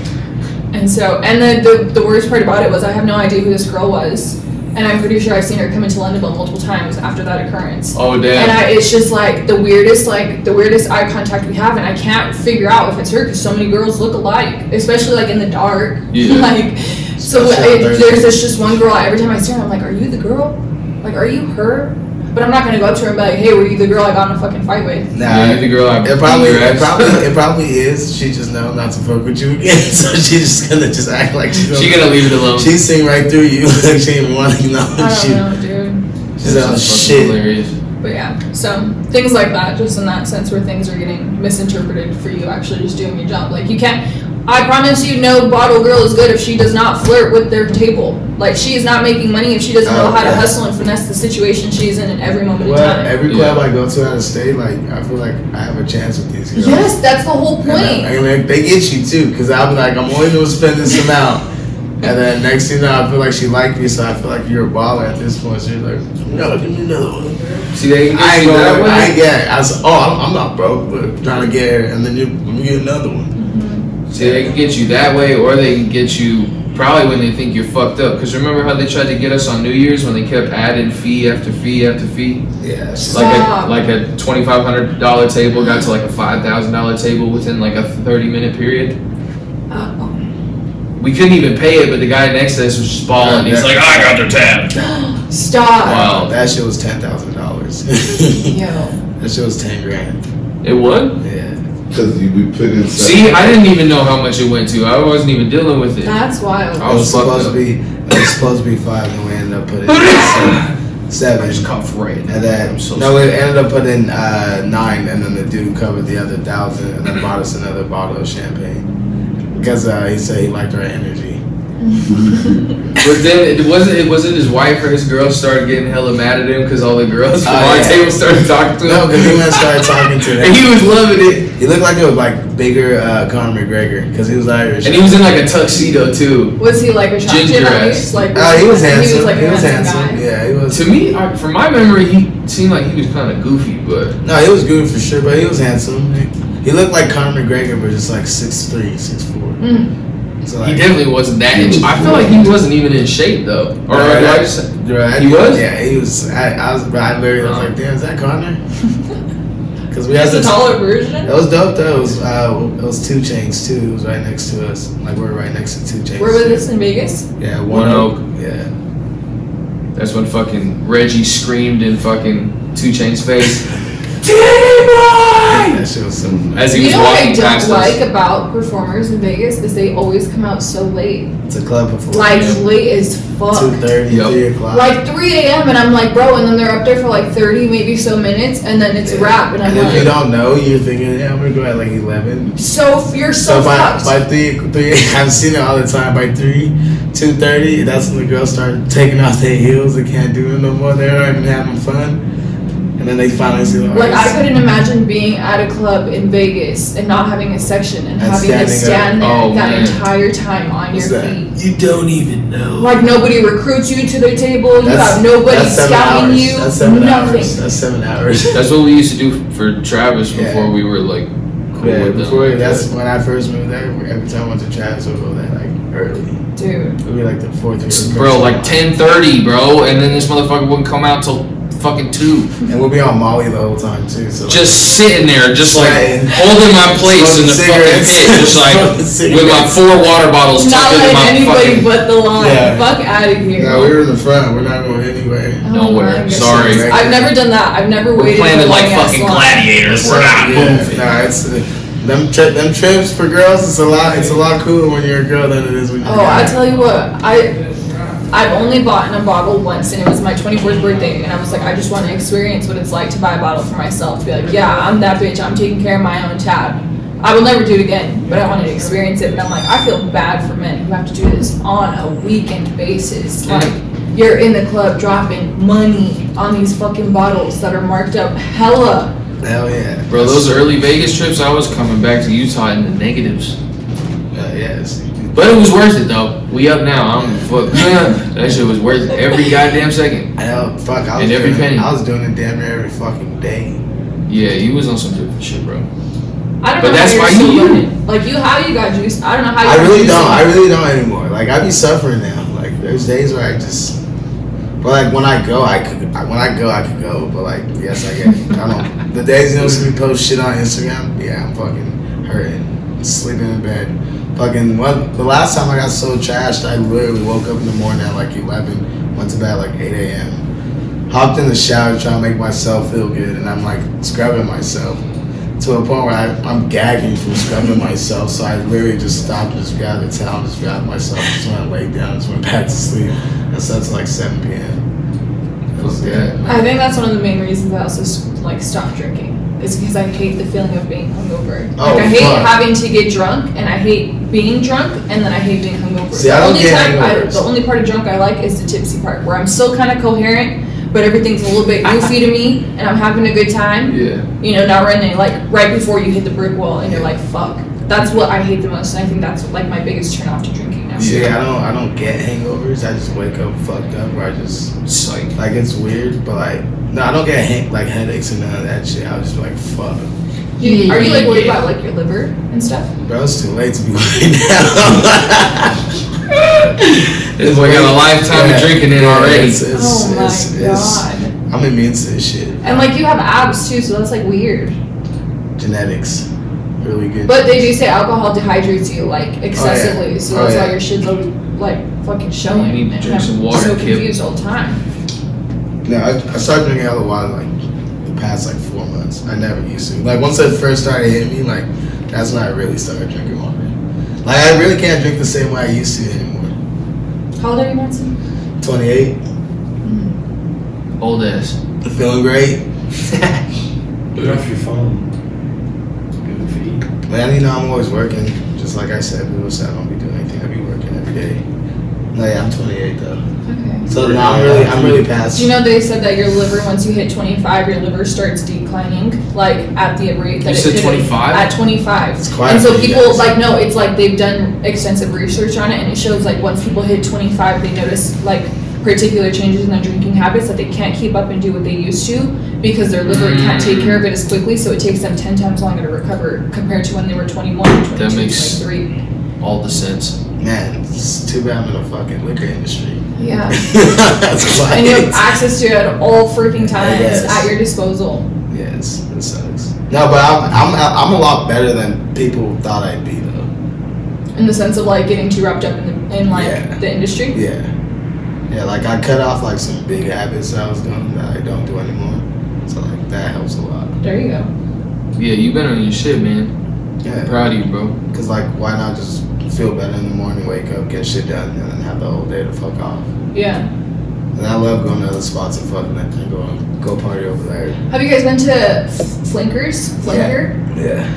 [SPEAKER 2] And so, and the, the the worst part about it was I have no idea who this girl was, and I'm pretty sure I've seen her come into Londonville multiple times after that occurrence.
[SPEAKER 4] oh
[SPEAKER 2] And
[SPEAKER 4] damn.
[SPEAKER 2] I, it's just like the weirdest, like the weirdest eye contact we have, and I can't figure out if it's her because so many girls look alike, especially like in the dark.
[SPEAKER 4] Yeah.
[SPEAKER 2] <laughs> like, so
[SPEAKER 5] Especially
[SPEAKER 2] it,
[SPEAKER 5] on Thursday.
[SPEAKER 2] there's this just one girl. Every time I see her, I'm like, "Are you the girl? Like, are you her?" But I'm not gonna go up to her and be like, "Hey, were you the girl I got in a fucking fight with?"
[SPEAKER 5] Nah,
[SPEAKER 4] Yeah, you the girl I
[SPEAKER 5] It probably,
[SPEAKER 4] beat your
[SPEAKER 5] it
[SPEAKER 4] ass. <laughs>
[SPEAKER 5] probably, it probably is. She just know not to fuck with you again, <laughs> so she's just gonna just act like she's
[SPEAKER 4] She gonna leave it alone.
[SPEAKER 5] She's seeing right through
[SPEAKER 4] <laughs>
[SPEAKER 5] you. Like she ain't want to
[SPEAKER 2] I
[SPEAKER 5] acknowledge
[SPEAKER 2] don't
[SPEAKER 5] you.
[SPEAKER 2] know, dude.
[SPEAKER 5] She's
[SPEAKER 4] That's
[SPEAKER 5] like,
[SPEAKER 4] fucking
[SPEAKER 5] oh, shit.
[SPEAKER 4] hilarious.
[SPEAKER 2] But yeah, so things like that, just in that sense where things are getting misinterpreted for you actually just doing your job. Like you can't. I promise you, no bottle girl is good if she does not flirt with their table. Like she is not making money if she doesn't know
[SPEAKER 5] Oh,
[SPEAKER 2] how to
[SPEAKER 5] yeah.
[SPEAKER 2] hustle and finesse the situation she's in at every moment in
[SPEAKER 5] Well,
[SPEAKER 2] time.
[SPEAKER 5] every
[SPEAKER 4] Yeah.
[SPEAKER 5] club I go to out of state, like I feel like I have a chance with these girls.
[SPEAKER 2] yes, that's the whole
[SPEAKER 5] And then-
[SPEAKER 2] point.
[SPEAKER 5] I mean, they get you too, because I'll be like, I'm only gonna spend this amount. And then next thing you know, I feel like she liked me, so I feel like you're a baller at this point. So you're like, no, give me another one.
[SPEAKER 4] See, they ain't
[SPEAKER 5] I ain't
[SPEAKER 4] that
[SPEAKER 5] gonna,
[SPEAKER 4] way.
[SPEAKER 5] I ain't, yeah. I was, oh, I'm, I'm not broke, but I'm trying to get her, and then you, let me get another one.
[SPEAKER 4] See, they can get you that way, or they can get you probably when they think you're fucked up. Because remember how they tried to get us on New Year's when they kept adding fee after fee after fee?
[SPEAKER 5] Yeah. She's like,
[SPEAKER 4] Like
[SPEAKER 2] Stop.
[SPEAKER 4] a like a twenty five hundred dollar table got to like a five thousand dollar table within like a thirty minute period.
[SPEAKER 2] Uh,
[SPEAKER 4] We We couldn't even pay it, but the guy next to us was just balling. He's like, I got their tab.
[SPEAKER 2] Stop.
[SPEAKER 4] Wow.
[SPEAKER 5] That shit was ten thousand dollars. <laughs> that
[SPEAKER 2] Yo.
[SPEAKER 5] shit was ten grand.
[SPEAKER 4] It would?
[SPEAKER 5] Yeah.
[SPEAKER 8] Because you be put inside.
[SPEAKER 4] See, I didn't even know how much it went to. I wasn't even dealing with it.
[SPEAKER 2] That's wild.
[SPEAKER 4] I
[SPEAKER 5] it
[SPEAKER 4] was
[SPEAKER 5] was
[SPEAKER 4] fucked
[SPEAKER 5] supposed
[SPEAKER 4] up.
[SPEAKER 5] to be it was supposed to be five, and we ended up putting in seven. <laughs>
[SPEAKER 4] I just
[SPEAKER 5] seven.
[SPEAKER 4] coughed right.
[SPEAKER 5] And then
[SPEAKER 4] I'm so
[SPEAKER 5] no, we ended up putting uh, nine, and then the dude covered the other thousand, and then bought us another bottle of champagne because uh, he said he liked our energy.
[SPEAKER 4] But then it wasn't it wasn't his wife or his girl started getting hella mad at him because all the girls from
[SPEAKER 5] Oh,
[SPEAKER 4] our
[SPEAKER 5] yeah.
[SPEAKER 4] table started talking to him.
[SPEAKER 5] No, because he went and started talking to
[SPEAKER 4] <laughs> and
[SPEAKER 5] them.
[SPEAKER 4] he was loving it.
[SPEAKER 5] He looked like it was like bigger uh, Conor McGregor because he was Irish.
[SPEAKER 4] And he was in like a tuxedo too.
[SPEAKER 2] Was he like a shot?
[SPEAKER 4] Ginger
[SPEAKER 2] Did I
[SPEAKER 4] ass.
[SPEAKER 2] just, like,
[SPEAKER 5] Uh, he was handsome.
[SPEAKER 2] He was like a handsome,
[SPEAKER 5] handsome.
[SPEAKER 2] guy.
[SPEAKER 5] Yeah, he was.
[SPEAKER 4] To me, I, from my memory, he seemed like he was kind of goofy, but
[SPEAKER 5] No, he was good for sure, but he was handsome. He looked like Conor McGregor, but just like 6'3", 6'4".
[SPEAKER 2] <laughs> Mm.
[SPEAKER 5] So like,
[SPEAKER 4] he definitely wasn't that. In, I feel like he wasn't even in shape though. Or
[SPEAKER 5] Right.
[SPEAKER 4] do I just,
[SPEAKER 5] Right.
[SPEAKER 4] He was?
[SPEAKER 5] Yeah, he was. I, I was. I literally was like, damn, is that Connor? Because we had
[SPEAKER 2] Just a
[SPEAKER 5] the
[SPEAKER 2] taller version.
[SPEAKER 5] That was dope though. It was, uh, it was two chains too. It was right next to us. Like we were right next to two chains.
[SPEAKER 2] Where was this in Vegas?
[SPEAKER 5] Yeah,
[SPEAKER 4] One
[SPEAKER 5] one <laughs>
[SPEAKER 4] Oak.
[SPEAKER 5] oak. Yeah.
[SPEAKER 4] That's when fucking Reggie screamed in fucking Two Chain's face
[SPEAKER 5] That shit was so.
[SPEAKER 4] as he
[SPEAKER 2] you
[SPEAKER 4] was
[SPEAKER 2] know what I
[SPEAKER 4] walking
[SPEAKER 2] don't
[SPEAKER 4] past
[SPEAKER 2] like
[SPEAKER 4] us.
[SPEAKER 2] about performers in Vegas is they always come out so late.
[SPEAKER 5] It's a club performance.
[SPEAKER 2] Like late as fuck.
[SPEAKER 5] two thirty,
[SPEAKER 4] Yup.
[SPEAKER 5] three o'clock.
[SPEAKER 2] Like 3 a.m. and I'm like, bro, and then they're up there for like 30, maybe so minutes, and then it's a wrap, and I'm
[SPEAKER 5] And if you
[SPEAKER 2] like,
[SPEAKER 5] don't know, you're thinking, yeah, I'm gonna go at like eleven.
[SPEAKER 2] so you're so,
[SPEAKER 5] by,
[SPEAKER 2] fucked.
[SPEAKER 5] by three, three, I've seen it all the time. By three, two thirty, that's when the girls start taking off their heels. They can't do it no more. They're not even having fun, and then they finally see the
[SPEAKER 2] like I couldn't imagine being at a club in Vegas and not having a section and,
[SPEAKER 5] And
[SPEAKER 2] having to
[SPEAKER 5] standing up.
[SPEAKER 2] stand there
[SPEAKER 4] Oh,
[SPEAKER 2] that
[SPEAKER 4] man.
[SPEAKER 2] entire time on your
[SPEAKER 5] What's that?
[SPEAKER 2] feet.
[SPEAKER 5] You don't even know.
[SPEAKER 2] Like nobody recruits you to their table. You
[SPEAKER 5] That's-
[SPEAKER 2] have nobody
[SPEAKER 5] that's seven
[SPEAKER 2] scouting
[SPEAKER 5] hours.
[SPEAKER 2] you.
[SPEAKER 5] That's seven
[SPEAKER 2] nothing.
[SPEAKER 5] hours. That's seven hours.
[SPEAKER 4] That's what we used to do for Travis
[SPEAKER 5] Yeah.
[SPEAKER 4] before we were like cool
[SPEAKER 5] Yeah,
[SPEAKER 4] with them.
[SPEAKER 5] before that's when I first moved there. Every time I went to Travis, we'd go there like early.
[SPEAKER 2] Dude,
[SPEAKER 5] It'd be like the fourth or fifth
[SPEAKER 4] bro, like
[SPEAKER 5] hour.
[SPEAKER 4] 10:30, bro, and then this motherfucker wouldn't come out till fucking two.
[SPEAKER 5] and we'll be on Molly the whole time too. So like,
[SPEAKER 4] Just sitting there, just like
[SPEAKER 5] Right.
[SPEAKER 4] holding my place in the
[SPEAKER 5] Smoking
[SPEAKER 4] fucking
[SPEAKER 5] cigarettes.
[SPEAKER 4] pit, just like
[SPEAKER 5] <laughs> Smoking
[SPEAKER 4] with my
[SPEAKER 5] cigarettes.
[SPEAKER 4] four water bottles
[SPEAKER 2] not
[SPEAKER 4] tucked into
[SPEAKER 2] letting
[SPEAKER 4] my
[SPEAKER 2] anybody
[SPEAKER 4] fucking.
[SPEAKER 2] but the line.
[SPEAKER 5] Yeah.
[SPEAKER 2] Fuck out of here.
[SPEAKER 5] no, we were in the front. We're not going anywhere.
[SPEAKER 2] Oh
[SPEAKER 4] Don't
[SPEAKER 2] my
[SPEAKER 4] worry,
[SPEAKER 2] goodness.
[SPEAKER 4] sorry.
[SPEAKER 2] I've never done that. I've never
[SPEAKER 4] We're
[SPEAKER 2] waited
[SPEAKER 4] playing
[SPEAKER 2] in a
[SPEAKER 4] it like
[SPEAKER 2] long-ass
[SPEAKER 4] fucking
[SPEAKER 2] line.
[SPEAKER 4] gladiators. We're not
[SPEAKER 5] Yeah,
[SPEAKER 4] moving.
[SPEAKER 5] Nah, it's uh, them tri- them trips for girls. It's a lot. It's a lot cooler when you're a girl than it is when you're. a
[SPEAKER 2] Oh, I
[SPEAKER 5] guy.
[SPEAKER 2] tell you what, I I've only bought in a bottle once, and it was my 24th birthday, and I was like, I just want to experience what it's like to buy a bottle for myself. Be like, yeah, I'm that bitch. I'm taking care of my own tab. I will never do it again, but I wanted to experience it. And I'm like, I feel bad for men who have to do this on a weekend basis. Like, you're in the club dropping money on these fucking bottles that are marked up hella.
[SPEAKER 5] Hell yeah,
[SPEAKER 4] Bro, those early Vegas trips, I was coming back to Utah in the negatives.
[SPEAKER 5] Uh, yes.
[SPEAKER 4] But it was worth it though. We up now. I'm fuck.
[SPEAKER 5] <laughs>
[SPEAKER 4] that shit was worth every goddamn second.
[SPEAKER 5] Hell, fuck. I was
[SPEAKER 4] And every
[SPEAKER 5] doing,
[SPEAKER 4] penny.
[SPEAKER 5] I was doing it damn near every fucking day.
[SPEAKER 4] Yeah, you was on some different shit, bro.
[SPEAKER 2] I don't
[SPEAKER 4] But
[SPEAKER 2] know
[SPEAKER 4] that's
[SPEAKER 2] how
[SPEAKER 4] why
[SPEAKER 2] you're
[SPEAKER 4] you-
[SPEAKER 2] still doing it. Like you, how you got juice? I don't know how you.
[SPEAKER 5] I
[SPEAKER 2] got
[SPEAKER 5] really
[SPEAKER 2] juice.
[SPEAKER 5] don't. I really don't anymore. Like I be suffering now. Like there's days where I just, but like when I go, I could. I- When I go, I could go. But like yes, I get. it. I don't. The days you don't see me post shit on Instagram, yeah, I'm fucking hurting, sleeping in bed. Fucking what? The last time I got so trashed, I literally woke up in the morning at like 11, went to bed at like 8 a.m., hopped in the shower trying to make myself feel good, and I'm like scrubbing myself to a point where I, I'm gagging from scrubbing myself. So I literally just stopped, just grabbed a towel, just grabbed myself, just went and laid down, just went back to sleep. And so that's like 7 p.m. That was good.
[SPEAKER 2] I think that's one of the main reasons I also s- like stopped drinking is because I hate the feeling of being hungover.
[SPEAKER 5] Oh,
[SPEAKER 2] like I hate
[SPEAKER 5] fuck.
[SPEAKER 2] having to get drunk, and I hate being drunk, and then I hate being hungover.
[SPEAKER 5] See, I don't
[SPEAKER 2] the only
[SPEAKER 5] get
[SPEAKER 2] time I,
[SPEAKER 5] hangovers.
[SPEAKER 2] the only part of drunk I like is the tipsy part, where I'm still kind of coherent, but everything's a little bit goofy to me, and I'm having a good time.
[SPEAKER 4] Yeah.
[SPEAKER 2] You know, now we're in there, like right before you hit the brick wall, and you're like, fuck. That's what I hate the most, and I think that's like my biggest turn off to drinking now.
[SPEAKER 5] See, I don't, I don't get hangovers. I just wake up fucked up, or I just
[SPEAKER 4] Psych.
[SPEAKER 5] like it's weird, but like no, I don't get hang- like headaches and none of that shit. I was just like, fuck,
[SPEAKER 2] You- are you like worried about like your liver and stuff?
[SPEAKER 5] bro, it's too late to be <laughs> worried now.
[SPEAKER 4] <laughs> This boy got a lifetime of
[SPEAKER 5] Yeah.
[SPEAKER 4] drinking in already.
[SPEAKER 5] It's, it's,
[SPEAKER 2] oh my
[SPEAKER 5] it's, it's,
[SPEAKER 2] god.
[SPEAKER 5] I'm immune to this shit.
[SPEAKER 2] And like you have abs too, so that's like weird.
[SPEAKER 5] genetics. really good.
[SPEAKER 2] But they do say alcohol dehydrates you like excessively, so
[SPEAKER 5] Oh,
[SPEAKER 2] that's
[SPEAKER 5] yeah.
[SPEAKER 2] why your shit's all, like fucking showing.
[SPEAKER 4] You need to
[SPEAKER 2] And
[SPEAKER 4] drink
[SPEAKER 2] I'm
[SPEAKER 4] some water,
[SPEAKER 2] So
[SPEAKER 4] kid.
[SPEAKER 2] confused all the time.
[SPEAKER 5] No, I, I started drinking hella water like the past like four months. I never used to. Like once it first started hitting me, like that's when I really started drinking water. Like I really can't drink the same way I used to anymore.
[SPEAKER 2] How old are you, Manson?
[SPEAKER 5] Twenty eight, Mm.
[SPEAKER 4] Old ass.
[SPEAKER 5] feeling great.
[SPEAKER 9] Get off your phone. Goofy.
[SPEAKER 5] Man, you know I'm always working. Just like I said, people said I don't be doing anything. I be working every day. No, yeah, I'm 28 though.
[SPEAKER 2] Okay.
[SPEAKER 5] So now I'm really, I'm really past.
[SPEAKER 2] Do you know they said that your liver, once you hit 25, your liver starts declining, like at the rate that
[SPEAKER 4] You
[SPEAKER 2] it
[SPEAKER 4] said
[SPEAKER 2] did it
[SPEAKER 4] 25?
[SPEAKER 2] At 25.
[SPEAKER 5] It's quite
[SPEAKER 2] and
[SPEAKER 5] a
[SPEAKER 2] so
[SPEAKER 5] few
[SPEAKER 2] people
[SPEAKER 5] guys.
[SPEAKER 2] like no, it's like they've done extensive research on it, and it shows like once people hit 25, they notice like particular changes in their drinking habits that they can't keep up and do what they used to because their liver
[SPEAKER 4] Mm.
[SPEAKER 2] can't take care of it as quickly. So it takes them 10 times longer to recover compared to when they were 21, 22,
[SPEAKER 4] That makes-
[SPEAKER 2] 23.
[SPEAKER 4] All the sense.
[SPEAKER 5] Man, it's too bad I'm in the fucking liquor industry. <laughs>
[SPEAKER 2] Yeah.
[SPEAKER 5] That's why.
[SPEAKER 2] and you
[SPEAKER 5] <laughs>
[SPEAKER 2] have
[SPEAKER 5] it's-
[SPEAKER 2] access to it at all freaking times
[SPEAKER 5] Yes.
[SPEAKER 2] at your disposal.
[SPEAKER 5] Yes, it sucks. No, but I'm, I'm, I'm a lot better than people thought I'd be though.
[SPEAKER 2] In the sense of like getting too wrapped up in the in like
[SPEAKER 5] Yeah.
[SPEAKER 2] the industry.
[SPEAKER 5] Yeah, yeah. Like I cut off like some big habits that I was doing that I don't do anymore. So like that helps a lot.
[SPEAKER 2] There you go.
[SPEAKER 4] Yeah, you been on your shit, man.
[SPEAKER 5] Yeah.
[SPEAKER 4] Proud of you, bro.
[SPEAKER 5] Cause like, why not just feel better in the morning, wake up, get shit done, and then have the whole day to fuck off.
[SPEAKER 2] Yeah.
[SPEAKER 5] And I love going to other spots and fucking that thing, go go party over there.
[SPEAKER 2] Have you guys been to F- Flinkers? Flinker?
[SPEAKER 5] Yeah.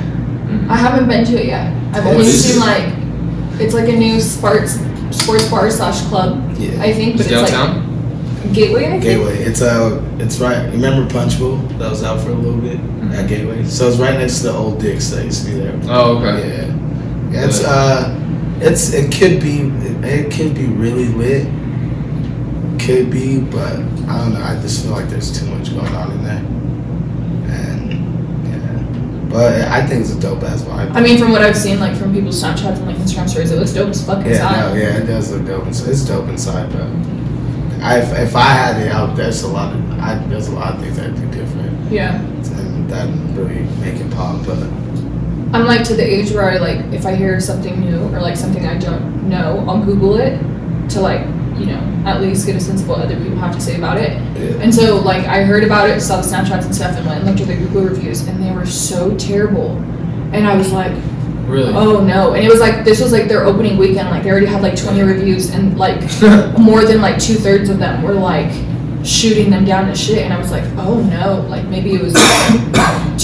[SPEAKER 4] Mm.
[SPEAKER 5] Oh,
[SPEAKER 2] I haven't been to it yet. I've
[SPEAKER 5] What
[SPEAKER 2] only
[SPEAKER 4] is
[SPEAKER 2] seen
[SPEAKER 4] it?
[SPEAKER 2] like it's like a new sports sports bar slash club.
[SPEAKER 5] Yeah.
[SPEAKER 2] I think, but
[SPEAKER 4] It's
[SPEAKER 2] it's,
[SPEAKER 4] downtown.
[SPEAKER 2] like Gateway. I think?
[SPEAKER 5] Gateway. It's uh, it's right. Remember Punch Bowl that was out for a little bit at Gateway. So it's right next to the old Dick's that used to be there.
[SPEAKER 4] oh, okay.
[SPEAKER 5] Yeah. Yeah. It's uh, it's it could be it, it could be really lit. Could be, but I don't know. I just feel like there's too much going on in there, and yeah. But I think it's a dope ass vibe.
[SPEAKER 2] I mean, from what I've seen, like from people's Snapchats and like Instagram stories, it looks dope as fuck
[SPEAKER 5] Yeah,
[SPEAKER 2] inside.
[SPEAKER 5] no, yeah, it does look dope. Inside. It's dope inside, but I, if, if I had it out, there's a lot of I, there's a lot of things I'd do different,
[SPEAKER 2] yeah.
[SPEAKER 5] and that really make it pop. But
[SPEAKER 2] I'm like to the age where I like if I hear something new or like something I don't know, I'll Google it to like you know at least get a sense of what other people have to say about it.
[SPEAKER 5] yeah,
[SPEAKER 2] And so, like, I heard about it, saw the Snapchats and stuff, and went and looked at the Google reviews, and they were so terrible. And I was like,
[SPEAKER 4] Really?
[SPEAKER 2] oh no. And it was like, this was like their opening weekend. Like, they already had like 20 reviews, and like, more than like two thirds of them were like shooting them down as shit. And I was like, oh no. Like, maybe it was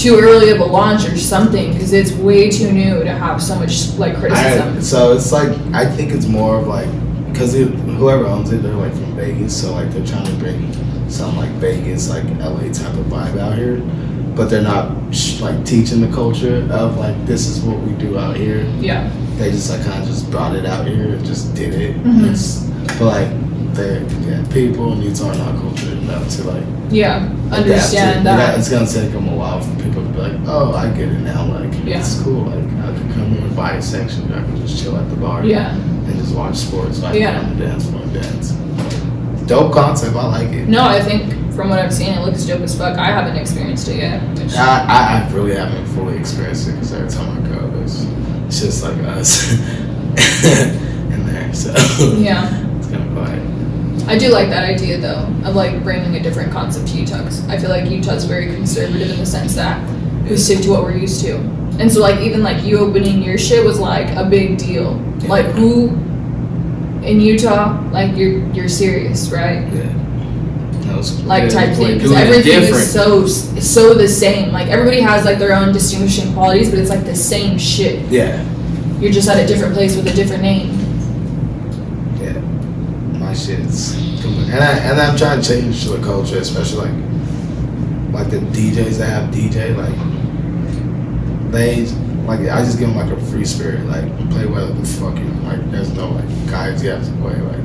[SPEAKER 2] <coughs> too early of a launch or something, because it's way too new to have so much like
[SPEAKER 5] I,
[SPEAKER 2] criticism.
[SPEAKER 5] so it's like I think it's more of like because whoever owns it, they're like from Vegas, so like they're trying to bring some like Vegas, like LA type of vibe out here, but they're not sh- like teaching the culture of like this is what we do out here.
[SPEAKER 2] yeah.
[SPEAKER 5] they just like kind of just brought it out here and just did it.
[SPEAKER 2] Mhm.
[SPEAKER 5] It's, but like, they yeah, people in Utah are not cultured enough to like
[SPEAKER 2] Yeah.
[SPEAKER 5] adapt to it.
[SPEAKER 2] Understand
[SPEAKER 5] Yeah,
[SPEAKER 2] that.
[SPEAKER 5] it's gonna take them a while for people to be like, oh, I get it now. Like,
[SPEAKER 2] Yeah.
[SPEAKER 5] it's cool. Like, I can come here and buy a section. and I can just chill at the bar.
[SPEAKER 2] Yeah.
[SPEAKER 5] And just watch sports. Like,
[SPEAKER 2] Yeah.
[SPEAKER 5] on the dance floor, dance. Dope concept. I like it.
[SPEAKER 2] No, I think from what I've seen, it looks dope as fuck. I haven't experienced it yet. which-
[SPEAKER 5] I, I, I really haven't fully experienced it because every time I go, there's it's just like us <laughs> in there. So
[SPEAKER 2] Yeah,
[SPEAKER 5] it's kind of quiet.
[SPEAKER 2] I do like that idea though of like bringing a different concept to Utah. 'cause I feel like Utah's very conservative in the sense that we stick to what we're used to, and so like even like you opening your shit was like a big deal. Like who in Utah, like you're you're serious, right?
[SPEAKER 5] Yeah. That was
[SPEAKER 2] Like
[SPEAKER 4] Yeah,
[SPEAKER 2] type
[SPEAKER 4] like
[SPEAKER 2] thing. 'Cause
[SPEAKER 4] doing it
[SPEAKER 2] everything
[SPEAKER 4] different.
[SPEAKER 2] is so so the same. Like everybody has like their own distinguishing qualities, but it's like the same shit.
[SPEAKER 5] yeah,
[SPEAKER 2] You're just at a different place with a different name.
[SPEAKER 5] yeah. My shit's completely- and I and I'm trying to change the culture, especially like like the DJs that have DJ like they like I just give them like a free spirit, like play whatever the fuck you want. like. There's no like guides you have to play like.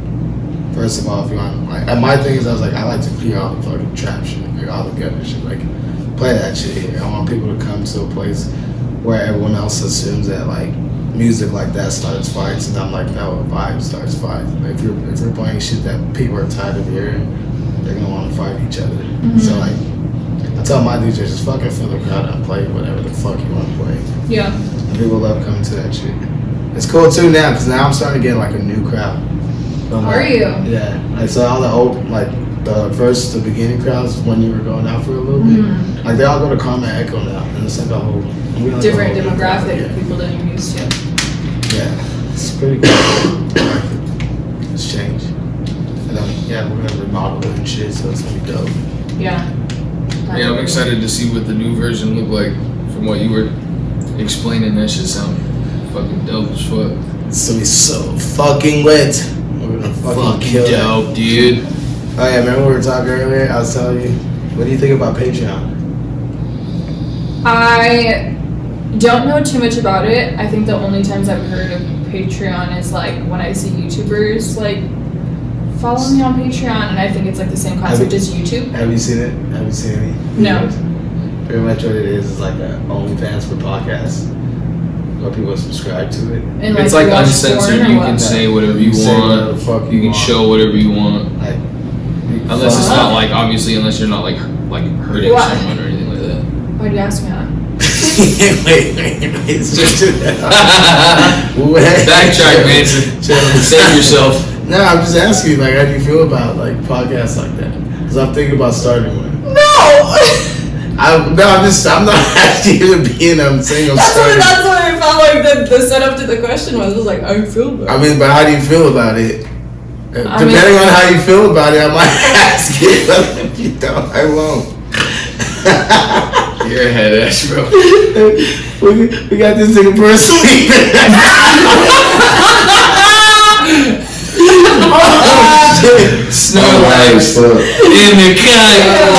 [SPEAKER 5] First of all, if you want like and my thing is I was like I like to clear all the fucking trap shit, like all the gutter shit, like play that shit here. I want people to come to a place where everyone else assumes that like music like that starts fights, and I'm like, no, a vibe starts fights. Like, if you're if you're playing shit that people are tired of hearing, they're gonna want to fight each other. So like, I tell my DJs just fucking fill the crowd and play whatever the fuck you want to play.
[SPEAKER 2] Yeah.
[SPEAKER 5] People love coming to that shit. It's cool too now because now I'm starting to get like a new crowd. From,
[SPEAKER 2] Are
[SPEAKER 5] like-
[SPEAKER 2] you?
[SPEAKER 5] Yeah. Like so, all the old like the first the beginning crowds when you were going out for a little bit.
[SPEAKER 4] Mm-hmm.
[SPEAKER 2] Mhm.
[SPEAKER 5] Like they all go to Karma Echo now, and it's like a whole we like a
[SPEAKER 2] Different
[SPEAKER 5] whole-
[SPEAKER 2] demographic of people than you used to.
[SPEAKER 5] Yeah, yeah. it's pretty cool. I like it. It's changed. And then, yeah, we're gonna remodel it and shit, so it's gonna be dope.
[SPEAKER 2] Yeah.
[SPEAKER 4] Yeah, I'm excited to see what the new version look like. From what you were explaining, that shit sound fucking dope as fuck.
[SPEAKER 5] It's gonna be so fucking lit. We're gonna fucking, kill it.
[SPEAKER 4] dope, dude.
[SPEAKER 5] Oh yeah, remember we were talking earlier? I was telling you, what do you think about Patreon?
[SPEAKER 2] I don't know too much about it. I think the only times I've heard of Patreon is like when I see YouTubers like follow me on Patreon, and I think it's like the same concept as YouTube.
[SPEAKER 5] Have you seen it? Have you seen any?
[SPEAKER 2] No.
[SPEAKER 5] videos? Pretty much what it is is like a OnlyFans for podcasts, where people subscribe to it.
[SPEAKER 2] And
[SPEAKER 4] It's
[SPEAKER 2] you
[SPEAKER 4] like
[SPEAKER 2] watch
[SPEAKER 4] uncensored.
[SPEAKER 2] porn or
[SPEAKER 4] You
[SPEAKER 2] what?
[SPEAKER 4] can say whatever you
[SPEAKER 5] Say whatever the
[SPEAKER 4] want.
[SPEAKER 5] fuck
[SPEAKER 4] You can
[SPEAKER 5] want.
[SPEAKER 4] show whatever you want.
[SPEAKER 5] Like,
[SPEAKER 4] Unless it's
[SPEAKER 5] fuck.
[SPEAKER 4] not like obviously, unless you're not like like hurting
[SPEAKER 2] Oh. What?
[SPEAKER 4] someone or anything like
[SPEAKER 5] <laughs>
[SPEAKER 4] that.
[SPEAKER 2] Why'd you ask me that?
[SPEAKER 5] wait, wait, wait, it's just Wait.
[SPEAKER 4] Backtrack, Manson.
[SPEAKER 5] Chill.
[SPEAKER 4] Save yourself.
[SPEAKER 5] No, I'm just asking. Like, how do you feel about like podcasts like that? Because I'm thinking about starting one.
[SPEAKER 2] No.
[SPEAKER 5] I no, <laughs> I'm just I'm not <laughs> asking you to be in. I'm saying I'm
[SPEAKER 2] That's what,
[SPEAKER 5] starting.
[SPEAKER 2] that's what I felt like the, the setup to the question was. was like, I feel bad.
[SPEAKER 5] I mean, but how do you feel about it? Uh,
[SPEAKER 2] I mean-
[SPEAKER 5] Depending on how you feel about it, I might <laughs> ask you. <laughs> But if you don't, I won't. <laughs>
[SPEAKER 4] You're a head ass, bro.
[SPEAKER 5] we, we got this nigga
[SPEAKER 2] <laughs>
[SPEAKER 5] for asleep. <laughs> oh, shit.
[SPEAKER 4] Snow
[SPEAKER 9] My
[SPEAKER 4] legs
[SPEAKER 9] eyes were-
[SPEAKER 4] in the cut.
[SPEAKER 5] Oh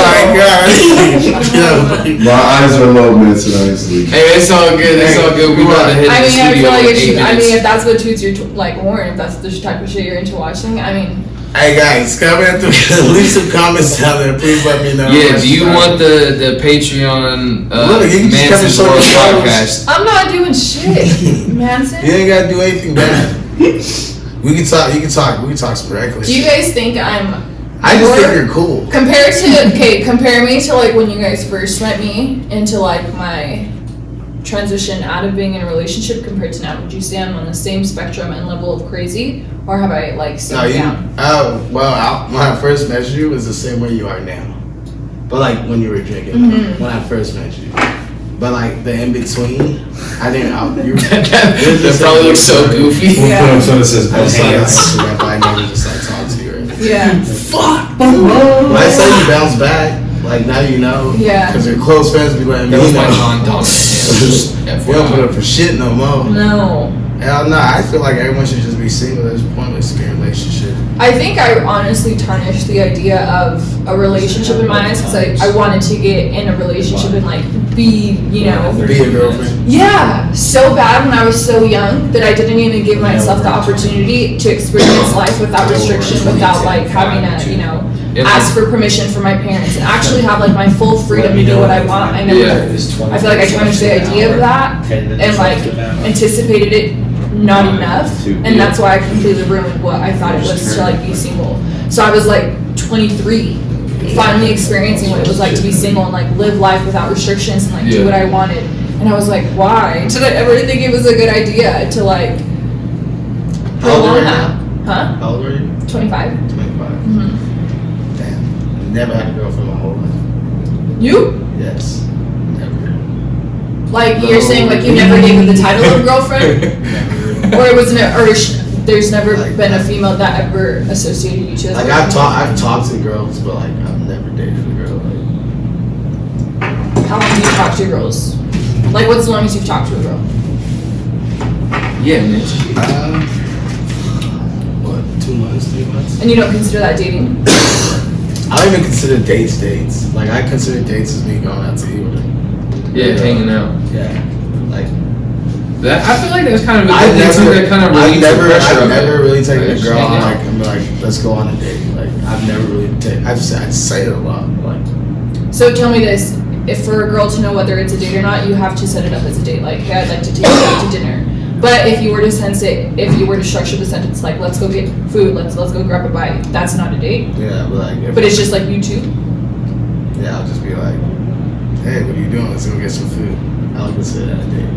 [SPEAKER 2] <laughs>
[SPEAKER 5] my god. <laughs> Yo,
[SPEAKER 9] my eyes were low, man, tonight. I sleep.
[SPEAKER 4] Hey, it's all good. It's all good. We about to hit
[SPEAKER 2] I
[SPEAKER 4] the
[SPEAKER 2] mean, I
[SPEAKER 4] studio
[SPEAKER 2] feel like
[SPEAKER 4] in
[SPEAKER 2] it
[SPEAKER 4] eight
[SPEAKER 2] should, I mean, if
[SPEAKER 4] minutes.
[SPEAKER 2] that's what toots your t- like Warren, if that's the type of shit you're into watching, I mean,
[SPEAKER 5] Hey guys, comment through.
[SPEAKER 4] <laughs>
[SPEAKER 5] Leave some comments down there. Please let me know.
[SPEAKER 4] Yeah, do you want the the Patreon uh,
[SPEAKER 5] Look, you can just come
[SPEAKER 4] Manson's
[SPEAKER 5] and show
[SPEAKER 4] World
[SPEAKER 5] us
[SPEAKER 4] podcast? <laughs>
[SPEAKER 2] I'm not doing shit, Manson.
[SPEAKER 5] You ain't gotta do anything bad. we can talk. You can talk. We can talk some reckless.
[SPEAKER 2] Do you guys think I'm
[SPEAKER 5] I just think
[SPEAKER 2] Or-
[SPEAKER 5] you're cool.
[SPEAKER 2] Compare to okay, compare me to like when you guys first met me into like my transition out of being in a relationship compared to now. Would you say I'm on the same spectrum and level of crazy, or have I like
[SPEAKER 5] No,
[SPEAKER 2] slowed
[SPEAKER 5] you.
[SPEAKER 2] down?
[SPEAKER 5] Oh well, I, when I first met you, it was the same way you are now. But like when you were drinking,
[SPEAKER 2] Mhm.
[SPEAKER 5] when I first met you. But like the in between, I didn't. I,
[SPEAKER 4] <laughs>
[SPEAKER 5] you,
[SPEAKER 4] that probably looks so goofy.
[SPEAKER 9] We'll put up something that says
[SPEAKER 5] I
[SPEAKER 9] best
[SPEAKER 5] just like
[SPEAKER 9] hands.
[SPEAKER 5] I I never just like talk to you. Or anything.
[SPEAKER 2] Yeah,
[SPEAKER 5] When I say you bounce back, like now you know.
[SPEAKER 2] Oh Yeah.
[SPEAKER 5] Because your close friends be letting me
[SPEAKER 4] That was
[SPEAKER 5] know.
[SPEAKER 4] my John Donkey. Just
[SPEAKER 5] You don't put
[SPEAKER 4] FYI.
[SPEAKER 5] up for shit no more.
[SPEAKER 2] no.
[SPEAKER 5] Hell no, I feel like everyone should just be single. It's pointless to be in a relationship.
[SPEAKER 2] I think I honestly tarnished the idea of a relationship in my eyes because I, I wanted to get in a relationship and like be you know
[SPEAKER 5] Be a girlfriend.
[SPEAKER 2] Yeah, so bad when I was so young that I didn't even give myself the opportunity to experience life without restriction, without like having to, you know,
[SPEAKER 4] If-
[SPEAKER 2] ask for permission from my parents and actually have like my full freedom to do what I want. I never I feel like I tarnished the idea of that and like anticipated it not enough, and that's why I completely ruined what I thought it was to like be single. So I was like 23 finally experiencing what it was like to be single and like live life without restrictions and like do
[SPEAKER 4] Yeah.
[SPEAKER 2] what I wanted. And I was like, why did I ever think it was a good idea to like
[SPEAKER 5] How old are
[SPEAKER 2] prolong
[SPEAKER 5] you
[SPEAKER 2] that? Huh?
[SPEAKER 5] How old are you?
[SPEAKER 2] 25.
[SPEAKER 5] 25. Damn. Never had a girlfriend my whole life.
[SPEAKER 2] You
[SPEAKER 5] Yes. Never.
[SPEAKER 2] like you're saying like you never gave it the title of
[SPEAKER 5] <laughs>
[SPEAKER 2] girlfriend,
[SPEAKER 5] Never.
[SPEAKER 2] or it was an or sh- there's never
[SPEAKER 5] Like-
[SPEAKER 2] been a female that ever associated you to. as a
[SPEAKER 5] Like I've
[SPEAKER 2] girlfriend?
[SPEAKER 5] talked, I've talked to girls, but like I've never dated a girl. Like,
[SPEAKER 2] How long do you talk to girls? Like what's the longest you've talked to a girl?
[SPEAKER 4] Yeah, man.
[SPEAKER 5] uh, what? Two months? Three months?
[SPEAKER 2] And you don't consider that dating?
[SPEAKER 5] I don't even consider dates dates. Like I consider dates as me going out to eat with her.
[SPEAKER 4] Yeah, hanging out.
[SPEAKER 5] Yeah. Like
[SPEAKER 4] That I feel like that's kind of a
[SPEAKER 5] I've
[SPEAKER 4] good thing too. That
[SPEAKER 5] never,
[SPEAKER 4] kind of
[SPEAKER 5] I've
[SPEAKER 4] relieves the
[SPEAKER 5] never,
[SPEAKER 4] pressure
[SPEAKER 5] I've
[SPEAKER 4] of
[SPEAKER 5] never
[SPEAKER 4] it.
[SPEAKER 5] really taken
[SPEAKER 4] Like,
[SPEAKER 5] a
[SPEAKER 4] just
[SPEAKER 5] girl
[SPEAKER 4] hanging
[SPEAKER 5] out.
[SPEAKER 4] out.
[SPEAKER 5] Like I'm like, let's go on a date. Like I've never really taken. I've said, I say it a lot. Like
[SPEAKER 2] So tell me this: if for a girl to know whether it's a date or not, you have to set it up as a date. Like, hey, I'd like to take you out to dinner. But if you were to sense it, if you were to structure the sentence like, let's go get food, let's let's go grab a bite, that's not a date.
[SPEAKER 5] yeah, but like, if,
[SPEAKER 2] But it's just like you two.
[SPEAKER 5] yeah, I'll just be like, hey, what are you doing? Let's go get some food. I like to say that a date.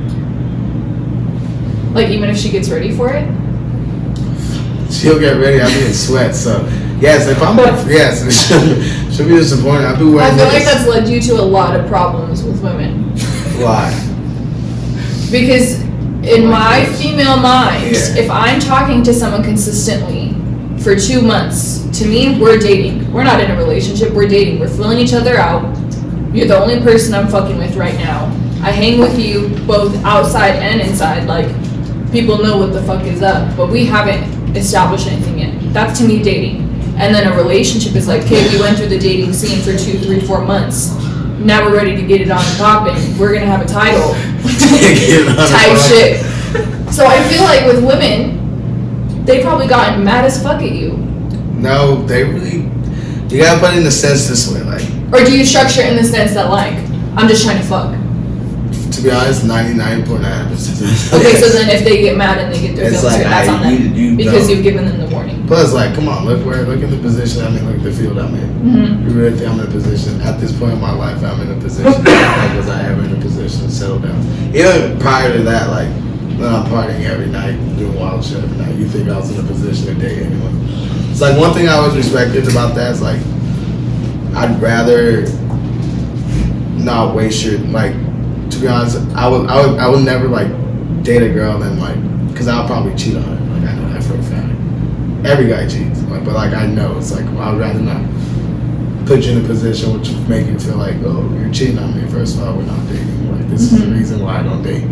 [SPEAKER 2] Like even if she gets ready for it.
[SPEAKER 5] She'll get ready. I'll be in sweats. So yes, if I'm yes, <laughs> she'll be disappointed. I'll be
[SPEAKER 2] I
[SPEAKER 5] wearing.
[SPEAKER 2] feel like
[SPEAKER 5] this.
[SPEAKER 2] that's led you to a lot of problems with women.
[SPEAKER 5] why.
[SPEAKER 2] Because in my female mind,
[SPEAKER 5] Yeah.
[SPEAKER 2] if I'm talking to someone consistently for two months, to me, we're dating. We're not in a relationship, we're dating. We're filling each other out. You're the only person I'm fucking with right now. I hang with you both outside and inside. Like, people know what the fuck is up, but we haven't established anything yet. That's to me dating. And then a relationship is like, okay, we went through the dating scene for two, three, four months. Now we're ready to get it on and popping. We're gonna have a title
[SPEAKER 5] <laughs> Get it on
[SPEAKER 2] type
[SPEAKER 5] and
[SPEAKER 2] shit. So I feel like with women, they probably gotten mad as fuck at you.
[SPEAKER 5] No, they really. You gotta put it in the sense this way. Like
[SPEAKER 2] Or do you structure it in the sense that like, I'm just trying to fuck.
[SPEAKER 5] to be honest, ninety nine point nine percent.
[SPEAKER 2] Okay, so then if they get mad and they get their
[SPEAKER 5] It's
[SPEAKER 2] feelings
[SPEAKER 5] like
[SPEAKER 2] hurt, that's
[SPEAKER 5] I-
[SPEAKER 2] on them
[SPEAKER 5] you- you
[SPEAKER 2] because
[SPEAKER 5] don't.
[SPEAKER 2] you've given them the warning.
[SPEAKER 5] Plus, like, come on, look where, look at the position I'm in, look at the field I'm in.
[SPEAKER 2] hmm
[SPEAKER 5] You really think I'm in a position at this point in my life? I'm in a position. like, was I ever in a position to settle down? Even prior to that, like when I'm partying every night, doing wild shit every night, you think I was in a position to date anyone? It's like one thing I always respected about that is like I'd rather not waste your like. To be honest, I would I would I would never like date a girl and like because I'll probably cheat on her. Like I know that for a fact. Every guy cheats, like, but like I know it's like I'd rather not put you in a position which would make you feel like, oh, you're cheating on me. First of all, we're not dating. Like, this is the
[SPEAKER 2] Mhm.
[SPEAKER 5] reason why I don't date.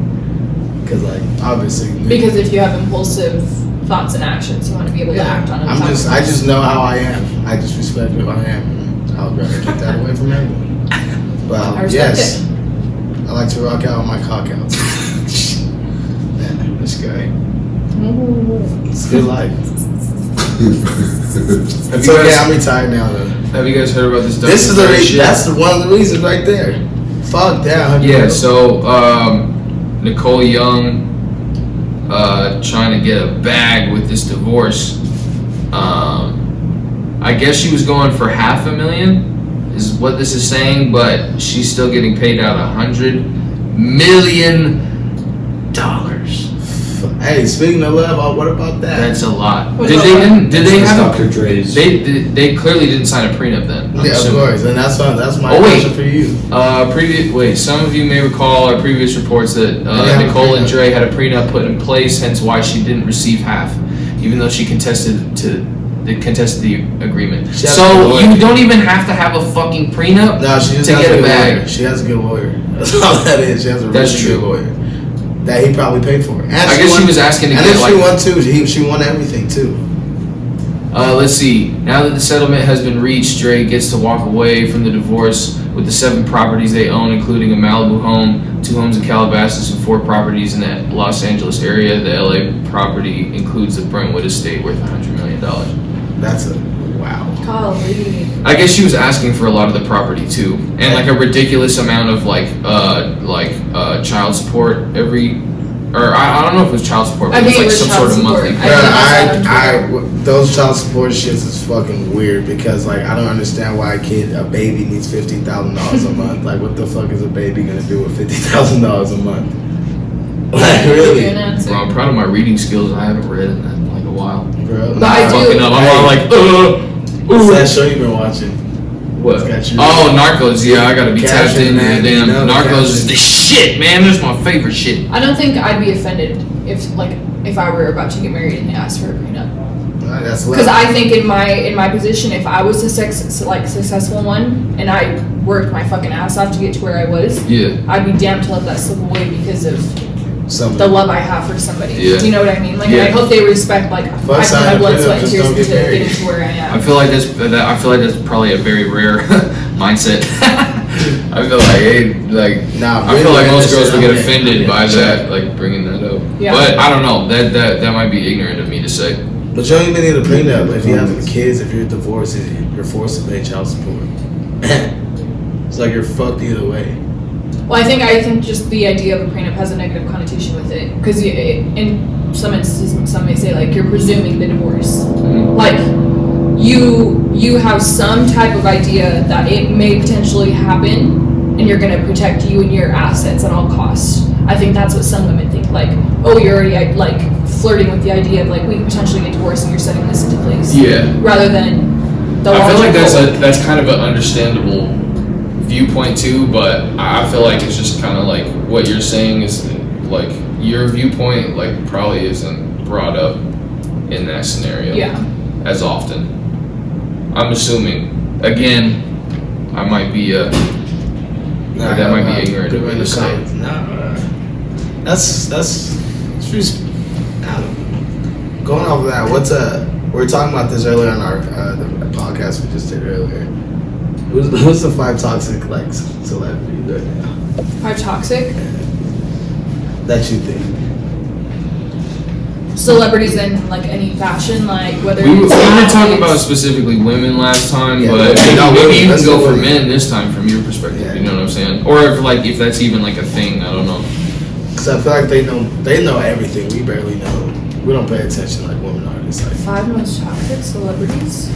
[SPEAKER 5] Because, like, obviously.
[SPEAKER 2] Because if you have impulsive thoughts and actions, you want to be able to act on them.
[SPEAKER 5] I'm just, I just know how I am. I just respect who I am. I would rather keep that away from everyone.
[SPEAKER 2] <laughs> I
[SPEAKER 5] But,
[SPEAKER 2] respect
[SPEAKER 5] yes, I like to rock out with my cock
[SPEAKER 2] <laughs>
[SPEAKER 5] out. Man, this guy,
[SPEAKER 2] Ooh.
[SPEAKER 5] it's good
[SPEAKER 2] <laughs>
[SPEAKER 5] life.
[SPEAKER 9] That's
[SPEAKER 5] It's okay, I'm retired now, though.
[SPEAKER 4] Have you guys heard about this?
[SPEAKER 5] This is the
[SPEAKER 4] documentary
[SPEAKER 5] reason,
[SPEAKER 4] shit?
[SPEAKER 5] that's the one of the reasons right there. Fuck that.
[SPEAKER 4] Yeah, so um, Nicole Young uh, trying to get a bag with this divorce. Um, I guess she was going for half a million, is what this is saying, but she's still getting paid out a hundred million dollars.
[SPEAKER 5] Hey, speaking of love, oh, what about that?
[SPEAKER 4] That's a lot.
[SPEAKER 2] What's
[SPEAKER 4] Did
[SPEAKER 2] up,
[SPEAKER 4] they
[SPEAKER 2] man?
[SPEAKER 4] didn't, did they have a,
[SPEAKER 8] Dr. Dre's.
[SPEAKER 4] they did- they clearly didn't sign a prenup then. I'm
[SPEAKER 5] Yeah, of
[SPEAKER 4] assuming.
[SPEAKER 5] course, and that's why that's my
[SPEAKER 4] Oh, wait.
[SPEAKER 5] question for you.
[SPEAKER 4] Uh, previous, wait, some of you may recall our previous reports that
[SPEAKER 5] They
[SPEAKER 4] uh,
[SPEAKER 5] had a
[SPEAKER 4] Nicole and
[SPEAKER 5] prenup.
[SPEAKER 4] Dre had a prenup put in place, hence why she didn't receive half, even though she contested to they contested the agreement.
[SPEAKER 5] She has a
[SPEAKER 4] so
[SPEAKER 5] lawyer.
[SPEAKER 4] you don't even have to have a fucking prenup.
[SPEAKER 5] No, she just
[SPEAKER 4] To
[SPEAKER 5] has
[SPEAKER 4] get
[SPEAKER 5] a
[SPEAKER 4] a
[SPEAKER 5] good
[SPEAKER 4] bag.
[SPEAKER 5] lawyer. She has a good lawyer. <laughs> That's all that is. She has a really
[SPEAKER 4] That's
[SPEAKER 5] good
[SPEAKER 4] true.
[SPEAKER 5] lawyer that he probably paid for. And
[SPEAKER 4] I guess she was asking to
[SPEAKER 5] and
[SPEAKER 4] get
[SPEAKER 5] if
[SPEAKER 4] like
[SPEAKER 5] she won too, he, she won everything too.
[SPEAKER 4] Uh, let's see. Now that the settlement has been reached, Dre gets to walk away from the divorce with the seven properties they own, including a Malibu home, two homes in Calabasas, and four properties in the Los Angeles area. The LA property includes the Brentwood estate worth $100 million.
[SPEAKER 5] That's a wow. <laughs>
[SPEAKER 2] Golly.
[SPEAKER 4] I guess she was asking for a lot of the property too, and like a ridiculous amount of like uh like uh child support every, or I, I don't know if it was child support,
[SPEAKER 2] I
[SPEAKER 4] but it was
[SPEAKER 2] think it
[SPEAKER 4] like
[SPEAKER 2] was
[SPEAKER 4] some
[SPEAKER 2] child
[SPEAKER 4] sort of
[SPEAKER 2] support.
[SPEAKER 4] monthly.
[SPEAKER 2] I
[SPEAKER 5] Bruh,
[SPEAKER 2] think I saw it
[SPEAKER 5] I, I- w- those child support shits is fucking weird because like I don't understand why a kid, a baby needs fifty thousand
[SPEAKER 4] <laughs>
[SPEAKER 5] dollars a month. Like, what the fuck is a baby gonna do with fifty thousand dollars a month? Like,
[SPEAKER 2] Give you an
[SPEAKER 5] really,
[SPEAKER 2] answer.
[SPEAKER 4] Well, I'm proud of my reading skills. I haven't read in that, like a while.
[SPEAKER 5] bro?
[SPEAKER 2] But I
[SPEAKER 5] Nah.
[SPEAKER 2] do-
[SPEAKER 4] fucking up. I'm all like, uh,
[SPEAKER 5] What's
[SPEAKER 4] uh.
[SPEAKER 5] that show you've been watching?
[SPEAKER 4] What?
[SPEAKER 5] Got you.
[SPEAKER 4] Oh, Narcos. Yeah, I gotta be
[SPEAKER 5] Cash
[SPEAKER 4] tapped
[SPEAKER 5] in,
[SPEAKER 4] into the
[SPEAKER 5] man.
[SPEAKER 4] damn
[SPEAKER 5] No,
[SPEAKER 4] Narcos
[SPEAKER 5] cash
[SPEAKER 4] is
[SPEAKER 5] in.
[SPEAKER 4] the shit, man. That's my favorite shit.
[SPEAKER 2] I don't think I'd be offended if like if I were about to get married and they asked for a prenup.
[SPEAKER 5] Uh, that's love.
[SPEAKER 2] Because I think in my in my position, if I was a sex like successful one, and I worked my fucking ass off to get to where I was,
[SPEAKER 4] Yeah.
[SPEAKER 2] I'd be damned to let that slip away because of
[SPEAKER 5] Something.
[SPEAKER 2] the love I have for somebody.
[SPEAKER 4] Yeah.
[SPEAKER 2] Do you know what I mean? Like,
[SPEAKER 4] Yeah.
[SPEAKER 2] I hope they respect like I put
[SPEAKER 5] side
[SPEAKER 2] my
[SPEAKER 5] of
[SPEAKER 2] blood,
[SPEAKER 5] it,
[SPEAKER 2] sweat, and
[SPEAKER 5] just
[SPEAKER 2] tears
[SPEAKER 5] don't
[SPEAKER 2] into
[SPEAKER 5] get married.
[SPEAKER 2] getting to where I
[SPEAKER 4] I
[SPEAKER 2] am.
[SPEAKER 4] feel like that's that, I feel like that's probably a very rare <laughs> mindset. <laughs> I feel like hey, like
[SPEAKER 5] Nah,
[SPEAKER 4] I feel like most girls would get
[SPEAKER 5] I'm in.
[SPEAKER 4] offended by
[SPEAKER 5] Yeah.
[SPEAKER 4] that, like bringing that up.
[SPEAKER 2] Yeah.
[SPEAKER 4] But I don't know. That that that might be ignorant of me to say.
[SPEAKER 5] But you don't even need a prenup. If you
[SPEAKER 4] Um,
[SPEAKER 5] have kids, if you're divorced, you- you're forced to pay child support. <coughs> it's like you're fucked either way.
[SPEAKER 2] Well, I think I think just the idea of a prenup has a negative connotation with it because in some instances, some may say like you're presuming the divorce. like you you have some type of idea that it may potentially happen and you're going to protect you and your assets at all costs I think that's what some women think. Like, oh, you're already like, like flirting with the idea of like we could potentially get divorced, and you're setting this into place.
[SPEAKER 4] Yeah.
[SPEAKER 2] Rather than the
[SPEAKER 4] I feel like
[SPEAKER 2] logical-
[SPEAKER 4] that's a that's kind of an understandable viewpoint too, but I I feel like it's just kind of like what you're saying is like your viewpoint like probably isn't brought up in that scenario
[SPEAKER 2] yeah.
[SPEAKER 4] as often. I'm assuming. Again, I might be uh, a
[SPEAKER 5] Nah,
[SPEAKER 4] that might be
[SPEAKER 5] nah,
[SPEAKER 4] ignorant
[SPEAKER 5] put
[SPEAKER 4] of
[SPEAKER 5] it in
[SPEAKER 4] me
[SPEAKER 5] the
[SPEAKER 4] to say.
[SPEAKER 5] comments. Nah, that's that's it's just, I don't know. going off of that. What's a we were talking about this earlier on our uh, the podcast we just did earlier. Who's, <laughs> who's the five toxic like celebrities right now
[SPEAKER 2] Are toxic
[SPEAKER 5] that you think?
[SPEAKER 2] celebrities in like any fashion, like whether
[SPEAKER 4] We, we
[SPEAKER 2] it's
[SPEAKER 4] were talking
[SPEAKER 2] athletes-
[SPEAKER 4] about specifically women last time,
[SPEAKER 5] Yeah,
[SPEAKER 4] but
[SPEAKER 5] women. No,
[SPEAKER 4] maybe
[SPEAKER 5] women.
[SPEAKER 4] you
[SPEAKER 5] Let's
[SPEAKER 4] can
[SPEAKER 5] go
[SPEAKER 4] go for
[SPEAKER 5] women.
[SPEAKER 4] men this time from your perspective.
[SPEAKER 5] Yeah.
[SPEAKER 4] You know what I'm saying? Or if like if that's even like a thing, I don't know.
[SPEAKER 5] Because I feel like they know they know everything. We barely know. We don't pay attention like women artists, like
[SPEAKER 2] five most toxic celebrities.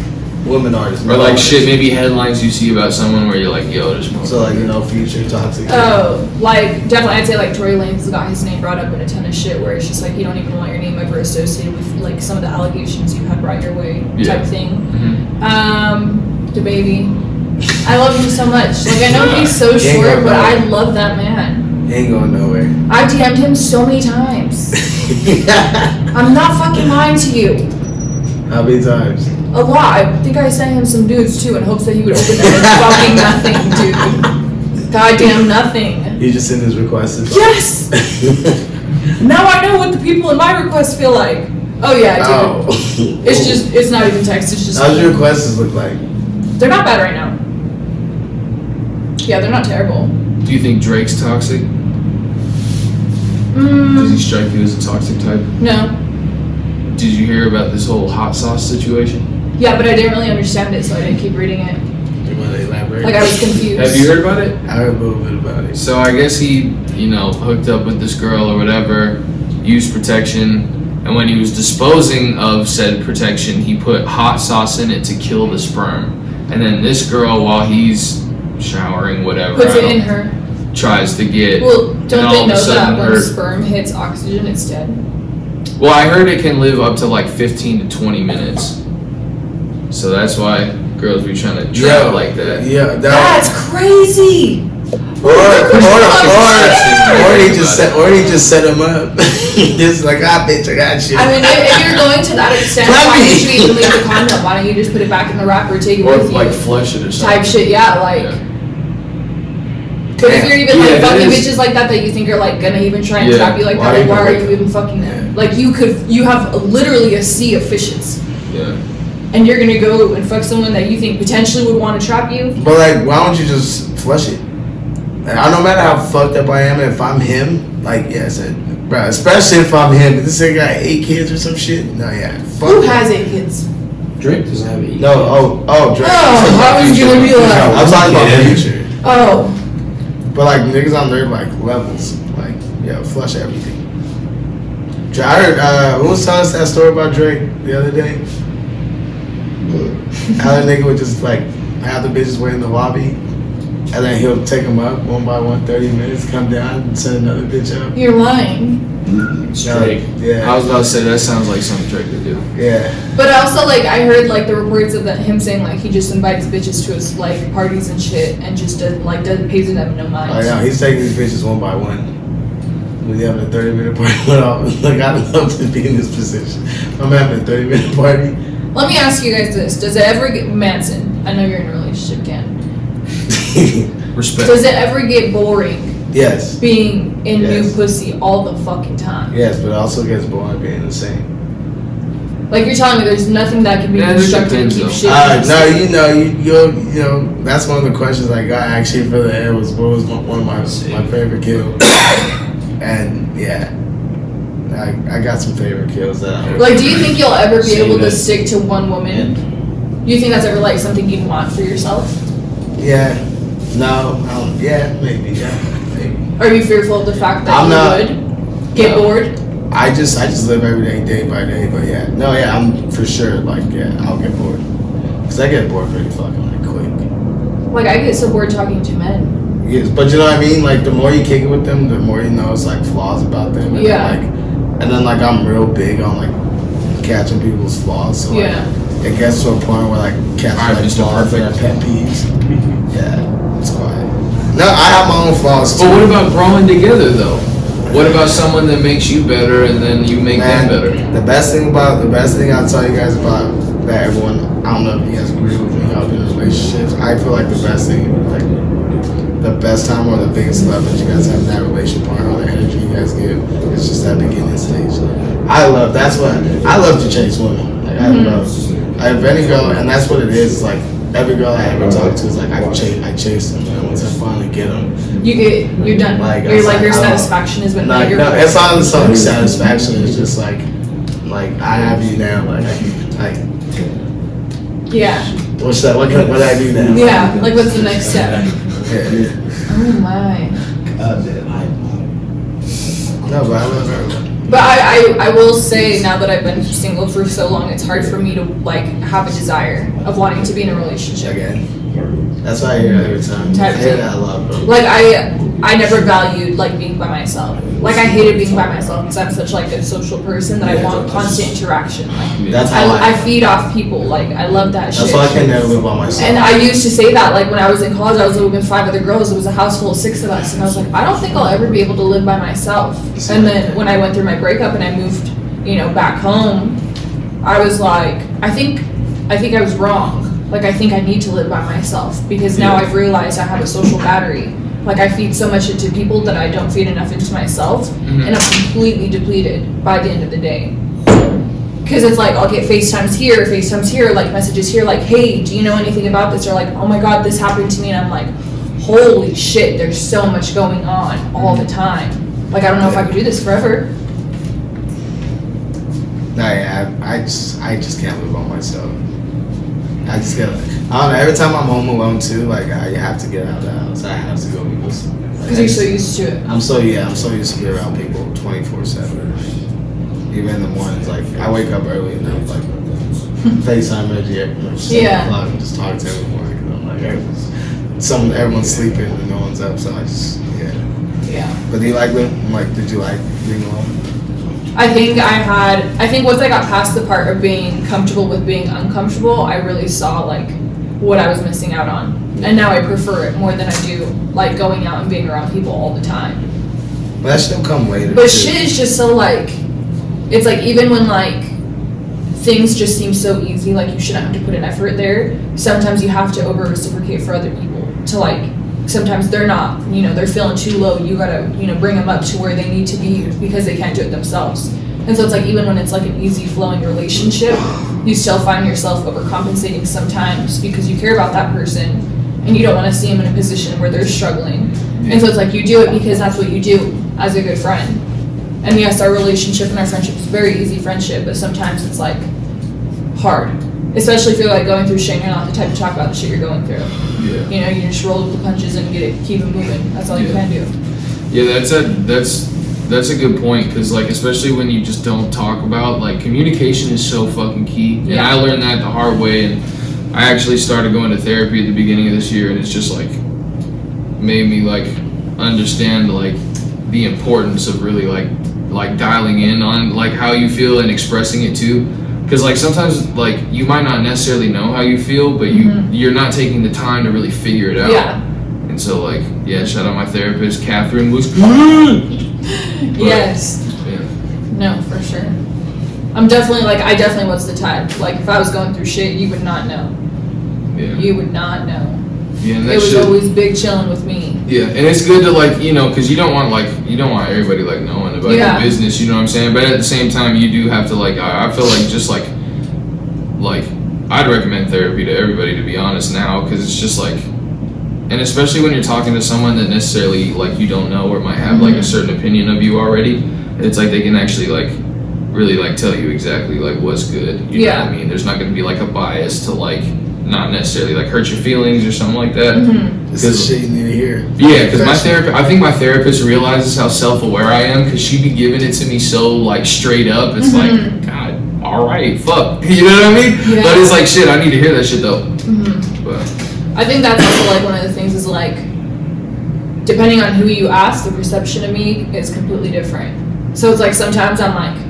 [SPEAKER 5] women artists,
[SPEAKER 4] Or
[SPEAKER 5] male
[SPEAKER 4] like
[SPEAKER 5] artists.
[SPEAKER 4] shit, maybe headlines you see about someone where you're like, yo, this
[SPEAKER 5] So
[SPEAKER 4] motherfucker.
[SPEAKER 5] like you know, future toxic.
[SPEAKER 2] Oh, like definitely, I'd say like Tory Lanez got his name brought up in a ton of shit where it's just like you don't even want your name ever associated with like some of the allegations you had brought your way
[SPEAKER 4] Yeah.
[SPEAKER 2] type thing.
[SPEAKER 4] Mhm.
[SPEAKER 2] Um, the baby, I love him so much. Like I know he's
[SPEAKER 4] <laughs>
[SPEAKER 2] so
[SPEAKER 5] Yeah,
[SPEAKER 2] short,
[SPEAKER 5] bro.
[SPEAKER 2] but I love that man.
[SPEAKER 5] He ain't going nowhere. <laughs>
[SPEAKER 2] I DM'd him so many times.
[SPEAKER 4] <laughs>
[SPEAKER 2] I'm not fucking lying to you.
[SPEAKER 5] How many times?
[SPEAKER 2] A lot. I think I sent him some dudes too in hopes that he would open up. It's <laughs> fucking nothing, dude. Goddamn nothing.
[SPEAKER 5] You just send his request. and-
[SPEAKER 2] Yes.
[SPEAKER 5] <laughs>
[SPEAKER 2] Now I know what the people in my request feel like. Oh yeah, I do.
[SPEAKER 5] oh.
[SPEAKER 2] It's just it's not even text, it's just
[SPEAKER 5] <laughs> How's your requests look like?
[SPEAKER 2] they're not bad right now. Yeah, they're not terrible.
[SPEAKER 4] Do you think Drake's toxic? Does he
[SPEAKER 2] Mm,
[SPEAKER 4] strike you as a toxic type?
[SPEAKER 2] no.
[SPEAKER 4] Did you hear about this whole hot sauce situation?
[SPEAKER 2] Yeah, but I didn't really understand it, so I didn't keep reading it.
[SPEAKER 5] You want to elaborate?
[SPEAKER 2] Like I was confused.
[SPEAKER 4] Have you heard about it?
[SPEAKER 5] I heard a little bit about it.
[SPEAKER 4] So I guess he, you know, hooked up with this girl or whatever, used protection, and when he was disposing of said protection, he put hot sauce in it to kill the sperm. And then this girl, while he's showering, whatever,
[SPEAKER 2] Puts
[SPEAKER 4] I
[SPEAKER 2] it
[SPEAKER 4] don't-
[SPEAKER 2] in her.
[SPEAKER 4] tries to get. Well,
[SPEAKER 2] Well,
[SPEAKER 4] And
[SPEAKER 2] don't
[SPEAKER 4] all
[SPEAKER 2] they
[SPEAKER 4] of a
[SPEAKER 2] know
[SPEAKER 4] sudden
[SPEAKER 2] that when
[SPEAKER 4] her-
[SPEAKER 2] sperm hits oxygen it's dead?
[SPEAKER 4] I heard it can live up to like 15 to 20 minutes. So that's why girls be trying to trap like that.
[SPEAKER 5] Yeah, that.
[SPEAKER 2] That's crazy!
[SPEAKER 5] Or, or, or, or he just set, or he just set him up. <laughs> just like, ah, bitch, I got you.
[SPEAKER 2] I mean, if, if you're going to that extent, why
[SPEAKER 5] Let me-
[SPEAKER 2] did you even leave the condom? Why don't you just put it back in the wrapper, take it
[SPEAKER 4] Or
[SPEAKER 2] with you?
[SPEAKER 4] like flush it or something.
[SPEAKER 2] type shit. Yeah, like.
[SPEAKER 4] Yeah.
[SPEAKER 2] But if you're even
[SPEAKER 4] Yeah,
[SPEAKER 2] like
[SPEAKER 4] that
[SPEAKER 2] fucking
[SPEAKER 4] is-
[SPEAKER 2] bitches like that that you think are like gonna even try and
[SPEAKER 4] Yeah,
[SPEAKER 2] trap you like
[SPEAKER 5] why
[SPEAKER 2] that, like,
[SPEAKER 5] even
[SPEAKER 2] why are you
[SPEAKER 5] with-
[SPEAKER 2] even fucking them? Like you could, you have literally a sea of fishes,
[SPEAKER 4] yeah.
[SPEAKER 2] and you're gonna go and fuck someone that you think potentially would want to trap you.
[SPEAKER 5] But like, why don't you just flush it? Like, I no matter how fucked up I am, if I'm him, like, yeah, I said, bro. Especially if I'm him. This nigga got eight kids or some shit. No, yeah. Fuck
[SPEAKER 2] Who
[SPEAKER 5] him.
[SPEAKER 2] has eight kids?
[SPEAKER 8] Drake doesn't have it.
[SPEAKER 5] No, oh, oh, Drake.
[SPEAKER 2] Oh, why was you gonna be like?
[SPEAKER 5] I'm talking about
[SPEAKER 9] Yeah.
[SPEAKER 5] future.
[SPEAKER 2] Oh,
[SPEAKER 5] But like niggas on their like levels, like yeah, flush everything. Dra- I heard uh, who was telling us that story about Drake the other day?
[SPEAKER 4] <laughs>
[SPEAKER 5] How the nigga would just like have the bitches wait in the lobby, and then he'll take them up one by one, 30 minutes, come down and send another bitch up.
[SPEAKER 2] you're lying.
[SPEAKER 4] It's
[SPEAKER 5] No,
[SPEAKER 4] Drake. I
[SPEAKER 5] Yeah,
[SPEAKER 4] was about to say that sounds like something Drake would do.
[SPEAKER 5] yeah.
[SPEAKER 2] But also, like, I heard like the reports of that him saying like he just invites bitches to his like parties and shit, and just doesn't like doesn't pays them no mind.
[SPEAKER 5] I know he's taking these bitches one by one. We having a 30 minute party. <laughs> with all- like I'd love to be in this position. I'm having a 30 minute party.
[SPEAKER 2] Let me ask you guys this: Does it ever get Manson? I know you're in a relationship, Ken.
[SPEAKER 4] Respect.
[SPEAKER 2] Does it ever get boring
[SPEAKER 5] <laughs> yes.
[SPEAKER 2] being in
[SPEAKER 5] Yes.
[SPEAKER 2] new pussy all the fucking time?
[SPEAKER 5] Yes, but it also gets boring being the same.
[SPEAKER 2] Like you're telling me, there's nothing that can be
[SPEAKER 4] Yeah, it
[SPEAKER 2] constructive
[SPEAKER 4] depends,
[SPEAKER 2] to keep
[SPEAKER 4] though.
[SPEAKER 2] shit.
[SPEAKER 5] Uh, no, you know, you you you know, that's one of the questions I got actually for the air was what was my, one of my my favorite kills, and yeah, I I got some favorite kills that I
[SPEAKER 2] like, do you think you'll ever be
[SPEAKER 8] Save
[SPEAKER 2] able to
[SPEAKER 8] it.
[SPEAKER 2] stick to one woman? You think that's ever like something you'd want for yourself?
[SPEAKER 5] yeah, no, I don't, yeah, maybe, yeah, maybe.
[SPEAKER 2] Are you fearful of the fact that
[SPEAKER 5] I'm
[SPEAKER 2] you
[SPEAKER 5] not-
[SPEAKER 2] would get
[SPEAKER 5] No.
[SPEAKER 2] bored?
[SPEAKER 5] I just I just live every day, day by day, but yeah, no, yeah, I'm for sure like yeah, I'll get bored, cause I get bored pretty fucking like quick.
[SPEAKER 2] Like I get so bored talking to men.
[SPEAKER 5] Yes, but you know what I mean. Like the more you kick it with them, the more you know it's like flaws about them. And
[SPEAKER 2] Yeah.
[SPEAKER 5] Then, like, and then like I'm real big on like catching people's flaws. So like,
[SPEAKER 2] Yeah.
[SPEAKER 5] it gets to a point where like
[SPEAKER 4] I'm
[SPEAKER 5] catching like
[SPEAKER 4] just a
[SPEAKER 5] flaws that are
[SPEAKER 4] perfect-
[SPEAKER 5] pet peeves. Yeah, it's quiet. No, I have my own flaws too.
[SPEAKER 4] But what about growing together though? What about someone that makes you better and then you make
[SPEAKER 5] Man,
[SPEAKER 4] them better?
[SPEAKER 5] The best thing about the best thing I'll tell you guys about that everyone I don't know if you guys agree with me y'all been in relationships. I feel like the best thing like the best time or the biggest love that you guys have in that relationship or all the energy you guys give is just that beginning stage. I love that's what I love to chase women. Like I love I, if any girl and that's what it is, it's like every girl I ever talk to is like I chase I chase them and once I finally get them
[SPEAKER 2] You get, you're done.
[SPEAKER 5] Like,
[SPEAKER 2] you're
[SPEAKER 5] it's
[SPEAKER 2] like,
[SPEAKER 5] like,
[SPEAKER 2] your
[SPEAKER 5] I don't-
[SPEAKER 2] satisfaction has been
[SPEAKER 5] no,
[SPEAKER 2] met. You're
[SPEAKER 5] no,
[SPEAKER 2] full.
[SPEAKER 5] it's not so much satisfaction. It's just like, like I have you now. Like, I can, like
[SPEAKER 2] yeah,
[SPEAKER 5] what's that? What can what I do now?
[SPEAKER 2] yeah. Like, what's the next step?
[SPEAKER 5] Yeah.
[SPEAKER 2] Oh my.
[SPEAKER 5] No, but I love everyone.
[SPEAKER 2] But I, I, I will say now that I've been single for so long, it's hard for me to like have a desire of wanting to be in a relationship.
[SPEAKER 5] Again, that's what I hear every time. I
[SPEAKER 2] Type
[SPEAKER 5] hear
[SPEAKER 2] two.
[SPEAKER 5] that a lot, bro.
[SPEAKER 2] Like I I never valued like being by myself. Like I hated being by myself because I'm such like a social person that I
[SPEAKER 5] Yeah.
[SPEAKER 2] want constant interaction. Like
[SPEAKER 5] That's how I.
[SPEAKER 2] I, I feed off people. Like I love that
[SPEAKER 5] that's
[SPEAKER 2] shit.
[SPEAKER 5] why I can never live by myself.
[SPEAKER 2] And I used to say that, like when I was in college, I was living with five other girls. It was a house full of six of us, and I was like, I don't think I'll ever be able to live by myself. And then when I went through my breakup and I moved, you know, back home, I was like, I think, I think I was wrong. Like I think I need to live by myself because now I've realized I have a social battery. Like I feed so much into people that I don't feed enough into myself,
[SPEAKER 4] Mm-hmm.
[SPEAKER 2] and I'm completely depleted by the end of the day. Because it's like I'll get FaceTimes here, FaceTimes here, like messages here, like, hey, do you know anything about this? Or like, oh my god, this happened to me. And I'm like, holy shit, there's so much going on all the time. Like, I don't know if I could do this forever.
[SPEAKER 5] No, yeah, I, I just I just can't live by myself. I just gotta. I don't know. Every time I'm home alone too, like I have to get out of the house. I have to go be with someone. Like, I
[SPEAKER 2] Because you're so used
[SPEAKER 5] just-
[SPEAKER 2] to it.
[SPEAKER 5] I'm so yeah, I'm so used to being around people 24 seven. Even in the mornings, like I wake up early and I'm like
[SPEAKER 9] <laughs>
[SPEAKER 5] FaceTime Reggie at like, seven
[SPEAKER 2] Yeah.
[SPEAKER 5] o'clock and just talk to everyone. Cause I'm like everyone's, some everyone's sleeping and no one's up, so I just yeah.
[SPEAKER 2] Yeah.
[SPEAKER 5] But do you like them? I'm like, did you like being alone?
[SPEAKER 2] I think I had, I think once I got past the part of being comfortable with being uncomfortable, I really saw like what I was missing out on. And now I prefer it more than I do like going out and being around people all the time.
[SPEAKER 5] But that shit'll come later.
[SPEAKER 2] But
[SPEAKER 5] too.
[SPEAKER 2] shit is just so like, it's like even when like things just seem so easy, like you shouldn't have to put an effort there. Sometimes you have to over reciprocate for other people to like. Sometimes they're not, you know, they're feeling too low. You gotta, you know, bring them up to where they need to be because they can't do it themselves. And so it's like even when it's like an easy flowing relationship, you still find yourself overcompensating sometimes because you care about that person and you don't want to see them in a position where they're struggling. And so it's like you do it because that's what you do as a good friend. And yes, our relationship and our friendship is a very easy friendship, but sometimes it's like hard. Especially if you're like going through shit and you're not the type to talk about the shit you're going through.
[SPEAKER 4] Yeah.
[SPEAKER 2] You know, you just roll with the punches and get it, keep it moving. That's all you
[SPEAKER 4] Yeah.
[SPEAKER 2] can do.
[SPEAKER 4] Yeah, that's a that's that's a good point because like especially when you just don't talk about like communication is so fucking key. And
[SPEAKER 2] Yeah.
[SPEAKER 4] I learned that the hard way, and I actually started going to therapy at the beginning of this year, and it's just like made me like understand like the importance of really like like dialing in on like how you feel and expressing it too because like sometimes like you might not necessarily know how you feel but you you're not taking the time to really figure it out
[SPEAKER 2] Mm-hmm. Yeah.
[SPEAKER 4] and so, like, yeah, shout out my therapist, Catherine was
[SPEAKER 2] Mm.
[SPEAKER 4] good.
[SPEAKER 2] Yes.
[SPEAKER 4] Yeah.
[SPEAKER 2] No, for sure. I'm definitely like I definitely was the type. Like if I was going through shit, you would not know.
[SPEAKER 4] Yeah.
[SPEAKER 2] You would not know.
[SPEAKER 4] Yeah, and
[SPEAKER 2] It
[SPEAKER 4] that
[SPEAKER 2] was
[SPEAKER 4] shit-
[SPEAKER 2] always big chilling with me.
[SPEAKER 4] yeah, and it's good to like you know because you don't want like you don't want everybody like knowing about
[SPEAKER 2] Yeah.
[SPEAKER 4] your business. You know what I'm saying? But at the same time, you do have to like I, I feel like just like like I'd recommend therapy to everybody to be honest now because it's just like and especially when you're talking to someone that necessarily like you don't know or might have
[SPEAKER 2] Mm-hmm.
[SPEAKER 4] like a certain opinion of you already, it's like they can actually like really like tell you exactly like what's good. You know
[SPEAKER 2] Yeah.
[SPEAKER 4] what I mean? There's not going to be like a bias to like not necessarily like hurt your feelings or something like that.
[SPEAKER 2] Mm-hmm.
[SPEAKER 5] This is shit you need to hear.
[SPEAKER 4] Yeah, because my
[SPEAKER 5] Fashion.
[SPEAKER 4] therapist, I think my therapist realizes how self-aware I am because she be giving it to me so like straight up. It's like, God, all right, fuck, <laughs> you know what I mean?
[SPEAKER 2] Mm-hmm. Yeah.
[SPEAKER 4] But it's like, shit, I need to hear that shit though.
[SPEAKER 2] Mhm.
[SPEAKER 4] But
[SPEAKER 2] I think that's also like one of the things is like depending on who you ask, the perception of me is completely different. So it's like sometimes I'm like,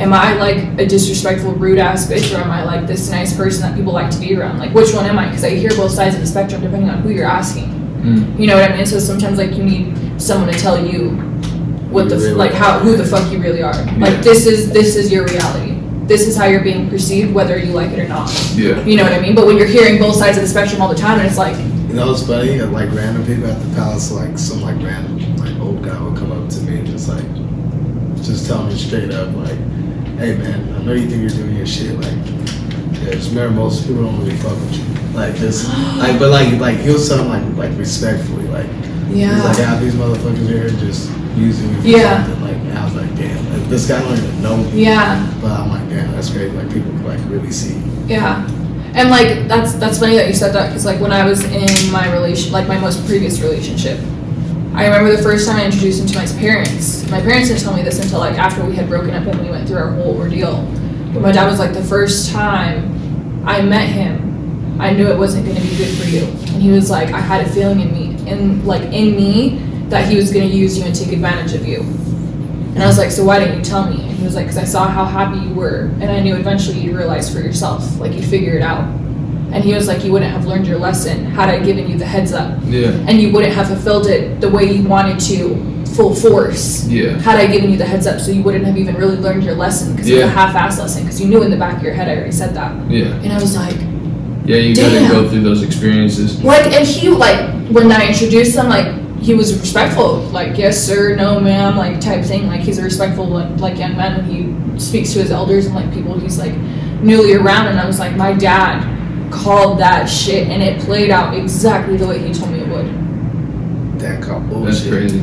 [SPEAKER 2] am I like a disrespectful, rude ass bitch, or am I like this nice person that people like to be around? Like, which one am I? Because I hear both sides of the spectrum depending on who you're asking.
[SPEAKER 4] Mm.
[SPEAKER 2] You know what I mean? So sometimes like you need someone to tell you what the
[SPEAKER 5] You
[SPEAKER 2] f
[SPEAKER 5] really
[SPEAKER 2] like
[SPEAKER 5] are.
[SPEAKER 2] how who the fuck you really are. Like this is this is your reality. This is how you're being perceived, whether you like it or not.
[SPEAKER 4] Yeah.
[SPEAKER 2] You know what I mean? But when you're hearing both sides of the spectrum all the time, and it's like,
[SPEAKER 5] You know what's funny? Like random people at the palace, like some like random like old guy would come up to me and just like just tell me straight up like, hey man, I know you think you're doing your shit like. Yeah, just remember most people don't really fuck with you. Like just like but like like he'll sound like like respectfully like he's like yeah these motherfuckers are here just using you for
[SPEAKER 2] Yeah.
[SPEAKER 5] something like and I was like damn like, this guy don't even know me
[SPEAKER 2] yeah,
[SPEAKER 5] but I'm like damn that's great like people like really see
[SPEAKER 2] yeah. And like that's that's funny that you said that because like when I was in my relation, like my most previous relationship, I remember the first time I introduced him to my parents. My parents didn't tell me this until like after we had broken up and we went through our whole ordeal. But my dad was like, the first time I met him, I knew it wasn't going to be good for you. And he was like, I had a feeling in me, in like in me, that he was going to use you and take advantage of you. And I was like, so why didn't you tell me? And he was like, because I saw how happy you were, and I knew eventually you'd realize for yourself, like you'd figure it out. And he was like, you wouldn't have learned your lesson had I given you the heads up
[SPEAKER 4] Yeah.
[SPEAKER 2] and you wouldn't have fulfilled it the way you wanted to full force
[SPEAKER 4] Yeah.
[SPEAKER 2] had I given you the heads up so you wouldn't have even really learned your lesson because it
[SPEAKER 4] Yeah.
[SPEAKER 2] was a half-ass lesson because you knew in the back of your head I already said that
[SPEAKER 4] Yeah.
[SPEAKER 2] and I was like
[SPEAKER 4] Yeah. You gotta
[SPEAKER 2] Damn.
[SPEAKER 4] go through those experiences.
[SPEAKER 2] like and he like when I introduced him like he was respectful like yes sir no ma'am like type thing like he's a respectful like, like young man when he speaks to his elders and like people he's like newly around and I was like my dad called that shit and it played out exactly the way he told me it would
[SPEAKER 5] that call
[SPEAKER 4] That's
[SPEAKER 5] bullshit
[SPEAKER 4] crazy.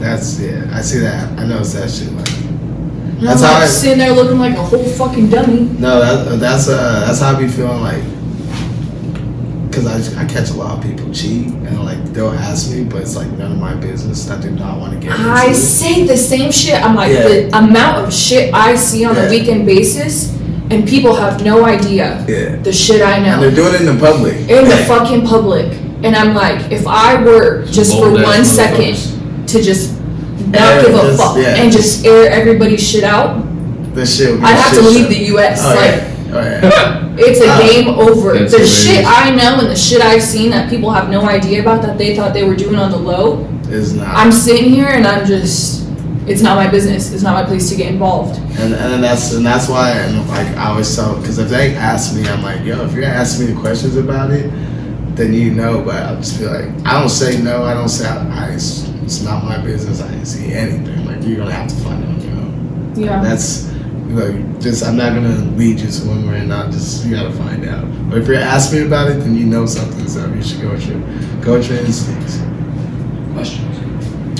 [SPEAKER 5] That's yeah. I see that. I noticed that shit. Like
[SPEAKER 2] And
[SPEAKER 5] That's
[SPEAKER 2] I'm
[SPEAKER 5] how
[SPEAKER 2] like
[SPEAKER 5] I-
[SPEAKER 2] sitting there looking like a whole fucking dummy.
[SPEAKER 5] no, that, that's uh, that's how I be feeling like. Cause I, I catch a lot of people cheat and like they'll ask me, but it's like none of my business. I do not want to get into.
[SPEAKER 2] I
[SPEAKER 5] it.
[SPEAKER 2] say the same shit. I'm like
[SPEAKER 5] Yeah.
[SPEAKER 2] the amount of shit I see on
[SPEAKER 5] Yeah.
[SPEAKER 2] a weekend basis, and people have no idea
[SPEAKER 5] Yeah.
[SPEAKER 2] the shit I
[SPEAKER 5] And they're
[SPEAKER 2] know
[SPEAKER 5] doing it in the public.
[SPEAKER 2] in the fucking public. And I'm like, if I were just for
[SPEAKER 4] Bold-ass
[SPEAKER 2] one
[SPEAKER 4] motherfuckers.
[SPEAKER 2] second to just not
[SPEAKER 5] Air
[SPEAKER 2] give a
[SPEAKER 5] this-
[SPEAKER 2] fuck
[SPEAKER 5] yeah.
[SPEAKER 2] and just air everybody's shit out,
[SPEAKER 5] This shit. would be
[SPEAKER 2] I'd have to
[SPEAKER 5] shit
[SPEAKER 2] leave
[SPEAKER 5] show.
[SPEAKER 2] the U.S.
[SPEAKER 5] Oh,
[SPEAKER 2] like.
[SPEAKER 5] yeah. Oh, yeah.
[SPEAKER 2] It's a
[SPEAKER 5] Ah.
[SPEAKER 2] game over.
[SPEAKER 4] That's
[SPEAKER 2] the
[SPEAKER 4] hilarious.
[SPEAKER 2] shit I know and the shit I've seen that people have no idea about that they thought they were doing on the low,
[SPEAKER 5] It's not.
[SPEAKER 2] I'm sitting here and I'm just, it's not my business. It's not my place to get involved.
[SPEAKER 5] and and that's and that's why and like I always tell because if they ask me, I'm like, yo, if you're asking me questions about it, then you know. But I just feel like I don't say no. I don't say I. I it's, it's not my business. I didn't see anything. Like you're gonna have to find it on your own.
[SPEAKER 2] Yeah.
[SPEAKER 5] That's you know, just I'm not gonna lead you to one way or not. Just you gotta find out. But if you're asking me about it, then you know something's up. You should go with your go with your instincts.
[SPEAKER 4] Questions.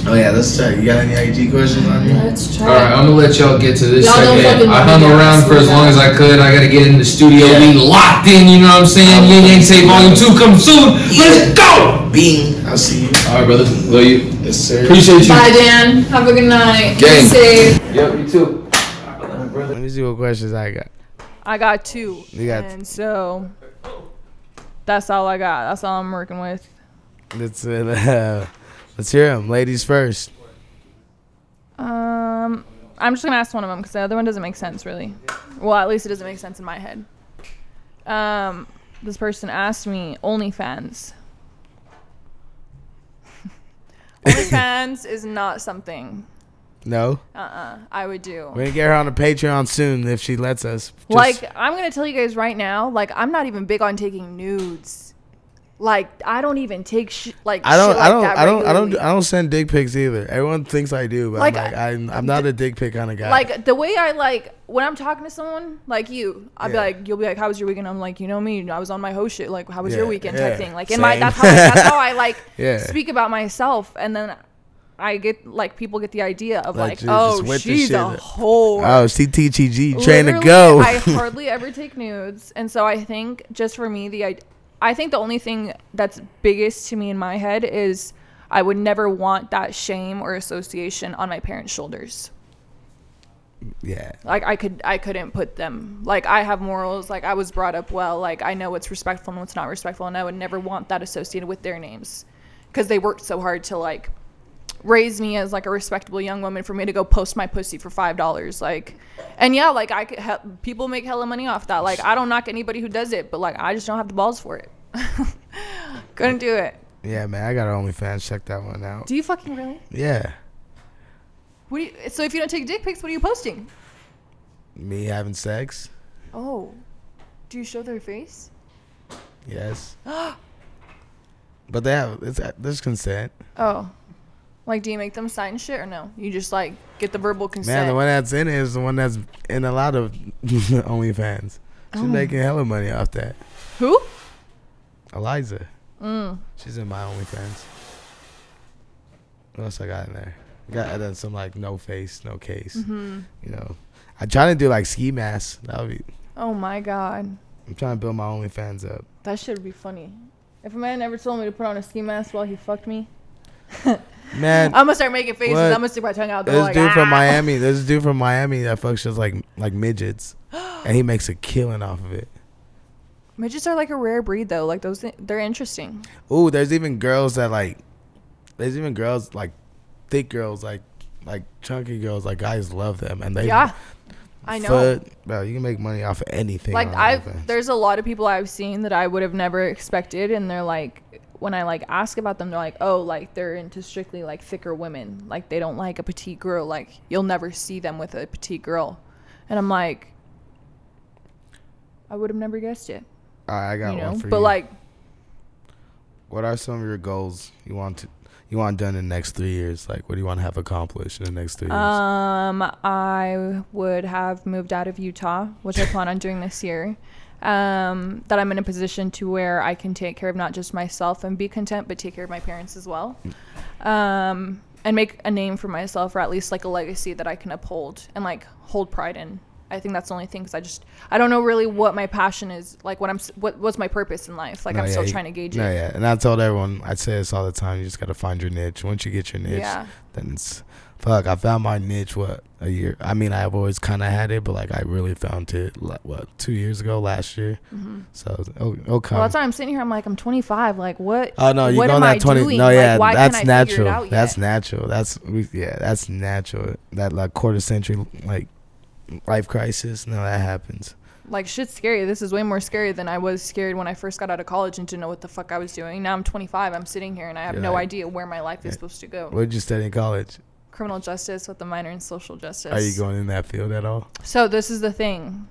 [SPEAKER 5] Oh yeah, let's check. You got any IG questions on you?
[SPEAKER 2] Let's
[SPEAKER 4] All
[SPEAKER 2] try.
[SPEAKER 4] right, I'm gonna let y'all get to this
[SPEAKER 2] Y'all don't
[SPEAKER 4] second.
[SPEAKER 2] fucking
[SPEAKER 4] I
[SPEAKER 2] know
[SPEAKER 4] hung
[SPEAKER 2] me, y'all.
[SPEAKER 4] around for as long as I could. I gotta get in the studio, be locked in. You know what I'm saying? Yin Yang Say Volume Two comes soon. Let's go.
[SPEAKER 5] Bing. I'll see you.
[SPEAKER 4] All right, brother. Love you.
[SPEAKER 5] Yes, sir.
[SPEAKER 4] Appreciate you.
[SPEAKER 2] Bye, Dan. Have a good night. Be
[SPEAKER 4] Gang.
[SPEAKER 2] safe.
[SPEAKER 4] Yep, you too.
[SPEAKER 10] Let me see what questions I got.
[SPEAKER 11] I got two.
[SPEAKER 10] You got-
[SPEAKER 11] and so that's all I got. That's all I'm working with.
[SPEAKER 10] Let's uh, <laughs> let's hear them. Ladies first.
[SPEAKER 11] Um, I'm just gonna ask one of them because the other one doesn't make sense really. Well, at least it doesn't make sense in my head. Um, this person asked me
[SPEAKER 10] <laughs>
[SPEAKER 11] OnlyFans. OnlyFans is not something.
[SPEAKER 10] No,
[SPEAKER 11] Uh, uh I would do.
[SPEAKER 10] we're gonna get her on the Patreon soon if she lets us. Just-
[SPEAKER 11] like I'm gonna tell you guys right now, like I'm not even big on taking nudes. Like I don't even take sh- like
[SPEAKER 10] I don't,
[SPEAKER 11] shit like
[SPEAKER 10] I don't,
[SPEAKER 11] that
[SPEAKER 10] I don't, I don't,
[SPEAKER 11] regularly.
[SPEAKER 10] do- I don't send dick pics either. Everyone thinks I do, but
[SPEAKER 11] Like,
[SPEAKER 10] I'm like, I'm, I'm not a dick pic kind of guy.
[SPEAKER 11] like the way I like when I'm talking to someone like you, I'd be
[SPEAKER 10] Yeah.
[SPEAKER 11] like, "You'll be like, how was your weekend?" I'm like, "You know me, I was on my host shit. Like, how was your
[SPEAKER 10] Yeah,
[SPEAKER 11] weekend?"
[SPEAKER 10] yeah,
[SPEAKER 11] type thing. Like in my
[SPEAKER 10] same.
[SPEAKER 11] that's how that's how I like
[SPEAKER 10] <laughs> Yeah.
[SPEAKER 11] speak about myself, and then I get like people get the idea of
[SPEAKER 10] Like,
[SPEAKER 11] like,
[SPEAKER 10] she's just
[SPEAKER 11] "Oh,
[SPEAKER 10] with the
[SPEAKER 11] she's a
[SPEAKER 10] shit.
[SPEAKER 11] whore."
[SPEAKER 10] oh, CTTG, train to
[SPEAKER 11] Literally,
[SPEAKER 10] go. <laughs>
[SPEAKER 11] I <laughs> hardly ever take nudes, and so I think just for me, the I, I think the only thing that's biggest to me in my head is I would never want that shame or association on my parents' shoulders.
[SPEAKER 10] yeah,
[SPEAKER 11] Like I could, I couldn't put them. Like I have morals. Like I was brought up well. Like I know what's respectful and what's not respectful, and I would never want that associated with their names.
[SPEAKER 2] because they worked so hard to like raise me as like a respectable young woman for me to go post my pussy for five dollars like and yeah like i could help people make hella money off that like i don't knock anybody who does it but like i just don't have the balls for it <laughs> couldn't do it
[SPEAKER 5] Yeah, man, I got OnlyFans. Check that one out.
[SPEAKER 2] do you fucking really
[SPEAKER 5] Yeah,
[SPEAKER 2] what do you, so if you don't take dick pics what are you posting
[SPEAKER 5] me having sex.
[SPEAKER 2] oh do you show their face
[SPEAKER 11] <gasps>
[SPEAKER 5] Yes. but they have it's
[SPEAKER 10] uh,
[SPEAKER 5] there's consent.
[SPEAKER 2] oh like do you make them sign shit or no you just like get the verbal consent
[SPEAKER 5] Man, the one that's in it is the one that's in a lot of <laughs> OnlyFans. She's making hella money off that.
[SPEAKER 2] Oh. who Mm.
[SPEAKER 5] Eliza. She's in my OnlyFans. What else I got in there? I got I done some like no face, no case.
[SPEAKER 2] Mm-hmm.
[SPEAKER 5] You know, I try to do like ski masks. That would be.
[SPEAKER 2] oh my god
[SPEAKER 5] I'm trying to build my OnlyFans up.
[SPEAKER 2] that should be funny if a man ever told me to put on a ski mask while he fucked me
[SPEAKER 5] Man,
[SPEAKER 2] I'm gonna start making faces.
[SPEAKER 5] What?
[SPEAKER 2] I'm gonna stick Oh, my tongue out.
[SPEAKER 5] This
[SPEAKER 2] They're like,
[SPEAKER 5] dude from
[SPEAKER 2] "Ah."
[SPEAKER 5] Miami. This dude from Miami that fucks just like
[SPEAKER 2] <gasps>
[SPEAKER 5] like midgets, and he makes a killing off of it.
[SPEAKER 2] Midgets are like a rare breed, though. Like those, thi- they're interesting.
[SPEAKER 5] Ooh, there's even girls that like, there's even girls like thick girls like like chunky girls like guys love them and they
[SPEAKER 2] yeah, I know.
[SPEAKER 5] Fuck, bro, you can make money off of anything.
[SPEAKER 2] like
[SPEAKER 5] on
[SPEAKER 2] I,
[SPEAKER 5] OnlyFans.
[SPEAKER 2] there's a lot of people I've seen that I would have never expected, and they're like, when I like ask about them, they're like, oh, like they're into strictly like thicker women. Like they don't like a petite girl. Like you'll never see them with a petite girl, and I'm like, I would have never guessed it.
[SPEAKER 5] All right, I got
[SPEAKER 2] you
[SPEAKER 5] one
[SPEAKER 2] know,
[SPEAKER 5] for
[SPEAKER 2] but
[SPEAKER 5] you.
[SPEAKER 2] like,
[SPEAKER 5] what are some of your goals you want to you want done in the next three years? Like, what do you want to have accomplished in the next three years?
[SPEAKER 2] Um, I would have moved out of Utah, which I plan on doing this year. Um, that I'm in a position to where I can take care of not just myself and be content, but take care of my parents as well.
[SPEAKER 5] Mm.
[SPEAKER 2] Um, and make a name for myself, or at least like a legacy that I can uphold and like hold pride in. I think that's the only thing because I just I don't know really what my passion is like. What I'm s- what what's my purpose in life? Like
[SPEAKER 5] No,
[SPEAKER 2] I'm
[SPEAKER 5] Oh, yeah,
[SPEAKER 2] still
[SPEAKER 5] you-
[SPEAKER 2] trying to gauge
[SPEAKER 5] No,
[SPEAKER 2] it.
[SPEAKER 5] yeah, and I told everyone I say this all the time. You just gotta find your niche. Once you get your niche,
[SPEAKER 2] Yeah.
[SPEAKER 5] then it's fuck. I found my niche. What a year. I mean, I've always kind of had it, but like I really found it. Like, what two years ago, last year. So oh, oh, come.
[SPEAKER 2] Mm-hmm. Well, that's why I'm sitting here. I'm like I'm 25. Like what?
[SPEAKER 5] Oh no, you're
[SPEAKER 2] what
[SPEAKER 5] going
[SPEAKER 2] am I
[SPEAKER 5] that twenty.
[SPEAKER 2] doing?
[SPEAKER 5] No,
[SPEAKER 2] Like,
[SPEAKER 5] yeah,
[SPEAKER 2] why can't
[SPEAKER 5] that's
[SPEAKER 2] I figure it
[SPEAKER 5] natural.
[SPEAKER 2] out
[SPEAKER 5] That's
[SPEAKER 2] yet?
[SPEAKER 5] natural. That's we, yeah, that's natural. That like quarter century like life crisis. No, that happens.
[SPEAKER 2] like shit's scary. This is way more scary than I was scared when I first got out of college and didn't know what the fuck I was doing. Now I'm 25. I'm sitting here and I have
[SPEAKER 5] You're
[SPEAKER 2] no
[SPEAKER 5] like-
[SPEAKER 2] idea where my life is supposed to go.
[SPEAKER 5] What did you study in college?
[SPEAKER 2] Criminal justice with a minor in social justice.
[SPEAKER 5] Are you going in that field at all?
[SPEAKER 2] So this is the thing.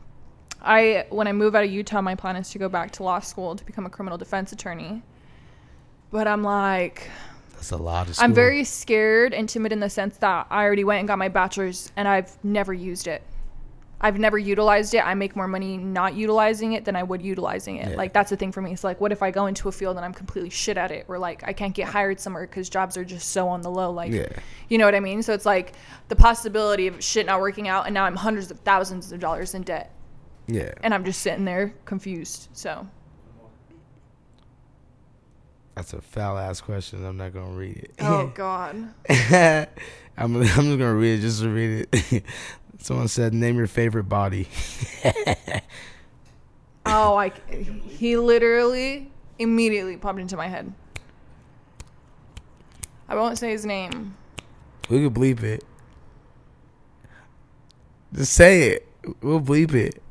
[SPEAKER 2] I when I move out of Utah, my plan is to go back to law school to become a criminal defense attorney. But I'm like,
[SPEAKER 5] That's a lot of. School.
[SPEAKER 2] I'm very scared and timid in the sense that I already went and got my bachelor's and I've never used it. I've never utilized it. I make more money not utilizing it than I would utilizing it.
[SPEAKER 5] Yeah.
[SPEAKER 2] Like that's the thing for me. It's like, what if I go into a field and I'm completely shit at it, or like I can't get hired somewhere because jobs are just so on the low. Like,
[SPEAKER 5] Yeah.
[SPEAKER 2] you know what I mean? So it's like the possibility of shit not working out, and now I'm hundreds of thousands of dollars in debt,
[SPEAKER 5] Yeah,
[SPEAKER 2] and I'm just sitting there confused. So
[SPEAKER 5] that's a foul ass question. I'm not gonna read it.
[SPEAKER 2] oh
[SPEAKER 5] <laughs>
[SPEAKER 2] god,
[SPEAKER 5] I'm, <laughs> I'm just gonna read it just to read it. <laughs> Someone said, "Name your favorite body." <laughs>
[SPEAKER 2] oh I c- he literally immediately popped into my head. I won't say his name.
[SPEAKER 5] We could bleep it. Just say it. We'll bleep it.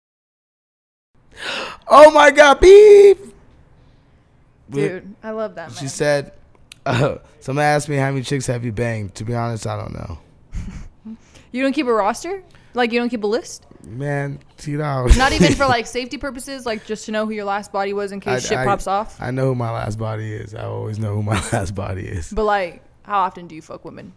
[SPEAKER 5] <gasps> Oh my god, beep! We-
[SPEAKER 2] Dude, I love that man.
[SPEAKER 5] She said, <laughs> uh, someone asked me how many chicks have you banged. To be honest, I don't know.
[SPEAKER 2] you don't keep a roster? Like you don't keep a list?
[SPEAKER 5] Man, you
[SPEAKER 2] Not even for like safety purposes, like just to know who your last body was in case shit pops off.
[SPEAKER 5] I know who my last body is. I always know who my <laughs> last body is.
[SPEAKER 2] but like, how often do you fuck women?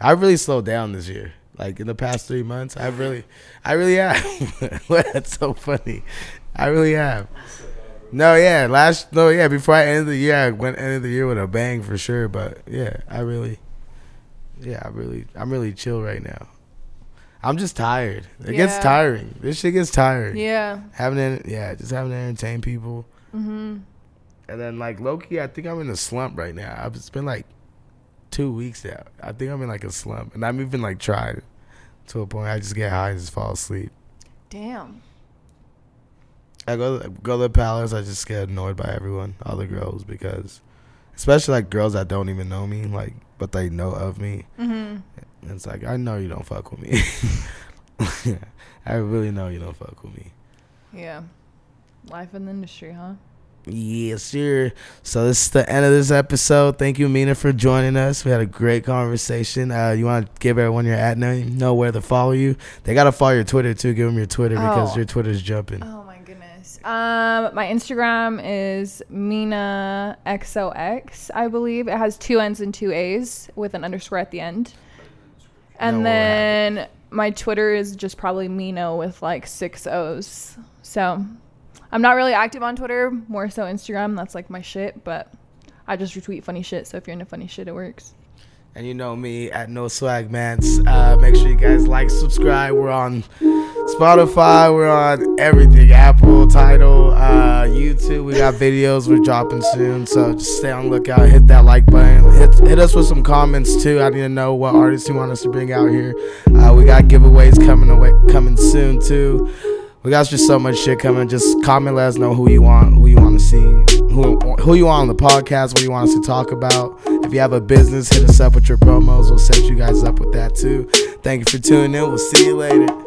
[SPEAKER 5] I really slowed down this year. Like in the past three months, I really, I really have. <laughs> That's so funny. I really have. No, yeah, last no, yeah. Before I ended the year, I went ended the year with a bang for sure. But yeah, I really, yeah, I really, I'm really chill right now. I'm just tired. It gets
[SPEAKER 2] Yeah.
[SPEAKER 5] tiring. This shit gets tiring.
[SPEAKER 2] Yeah.
[SPEAKER 5] Having to, yeah, just having to entertain people.
[SPEAKER 2] Mm-hmm.
[SPEAKER 5] And then like Loki, I think I'm in a slump right now. I've it's been like two weeks now. I think I'm in like a slump, and I'm even like tried to a point. I just get high and just fall asleep.
[SPEAKER 2] Damn.
[SPEAKER 5] I go go to the palace. I just get annoyed by everyone, all the girls, because especially like girls that don't even know me, like but they know of me.
[SPEAKER 2] hmm
[SPEAKER 5] And it's like I know you don't fuck with me. <laughs> I really know you don't fuck with me.
[SPEAKER 2] Yeah. Life in the industry, huh?
[SPEAKER 5] Yes, sir. So this is the end of this episode. Thank you, Mina, for joining us. We had a great conversation. Uh, you want to give everyone your ad name, know where to follow you. They gotta follow your Twitter too. Give them your Twitter because
[SPEAKER 2] Oh.
[SPEAKER 5] your Twitter's jumping.
[SPEAKER 2] Oh my goodness. Um, my Instagram is Mina XOX, I believe. It has two N's and two A's with an underscore at the end. And
[SPEAKER 5] No, we'll have
[SPEAKER 2] then my Twitter is just probably Mino with like six O's. So I'm not really active on Twitter, more so Instagram. That's like my shit, but I just retweet funny shit. So if you're into funny shit, it works.
[SPEAKER 5] And you know me at No Swag Mans. Uh, make sure you guys like, subscribe. We're on Spotify. We're on everything. Apple, Title, uh, YouTube. We got videos we're dropping soon. So just stay on the lookout. Hit that like button. Hit, hit us with some comments too. I need to know what artists you want us to bring out here. Uh, we got giveaways coming away coming soon too. We got just so much shit coming. Just comment, let us know who you want, who you want to see, who who you want on the podcast, what you want us to talk about. If you have a business, hit us up with your promos. We'll set you guys up with that too. Thank you for tuning in. We'll see you later.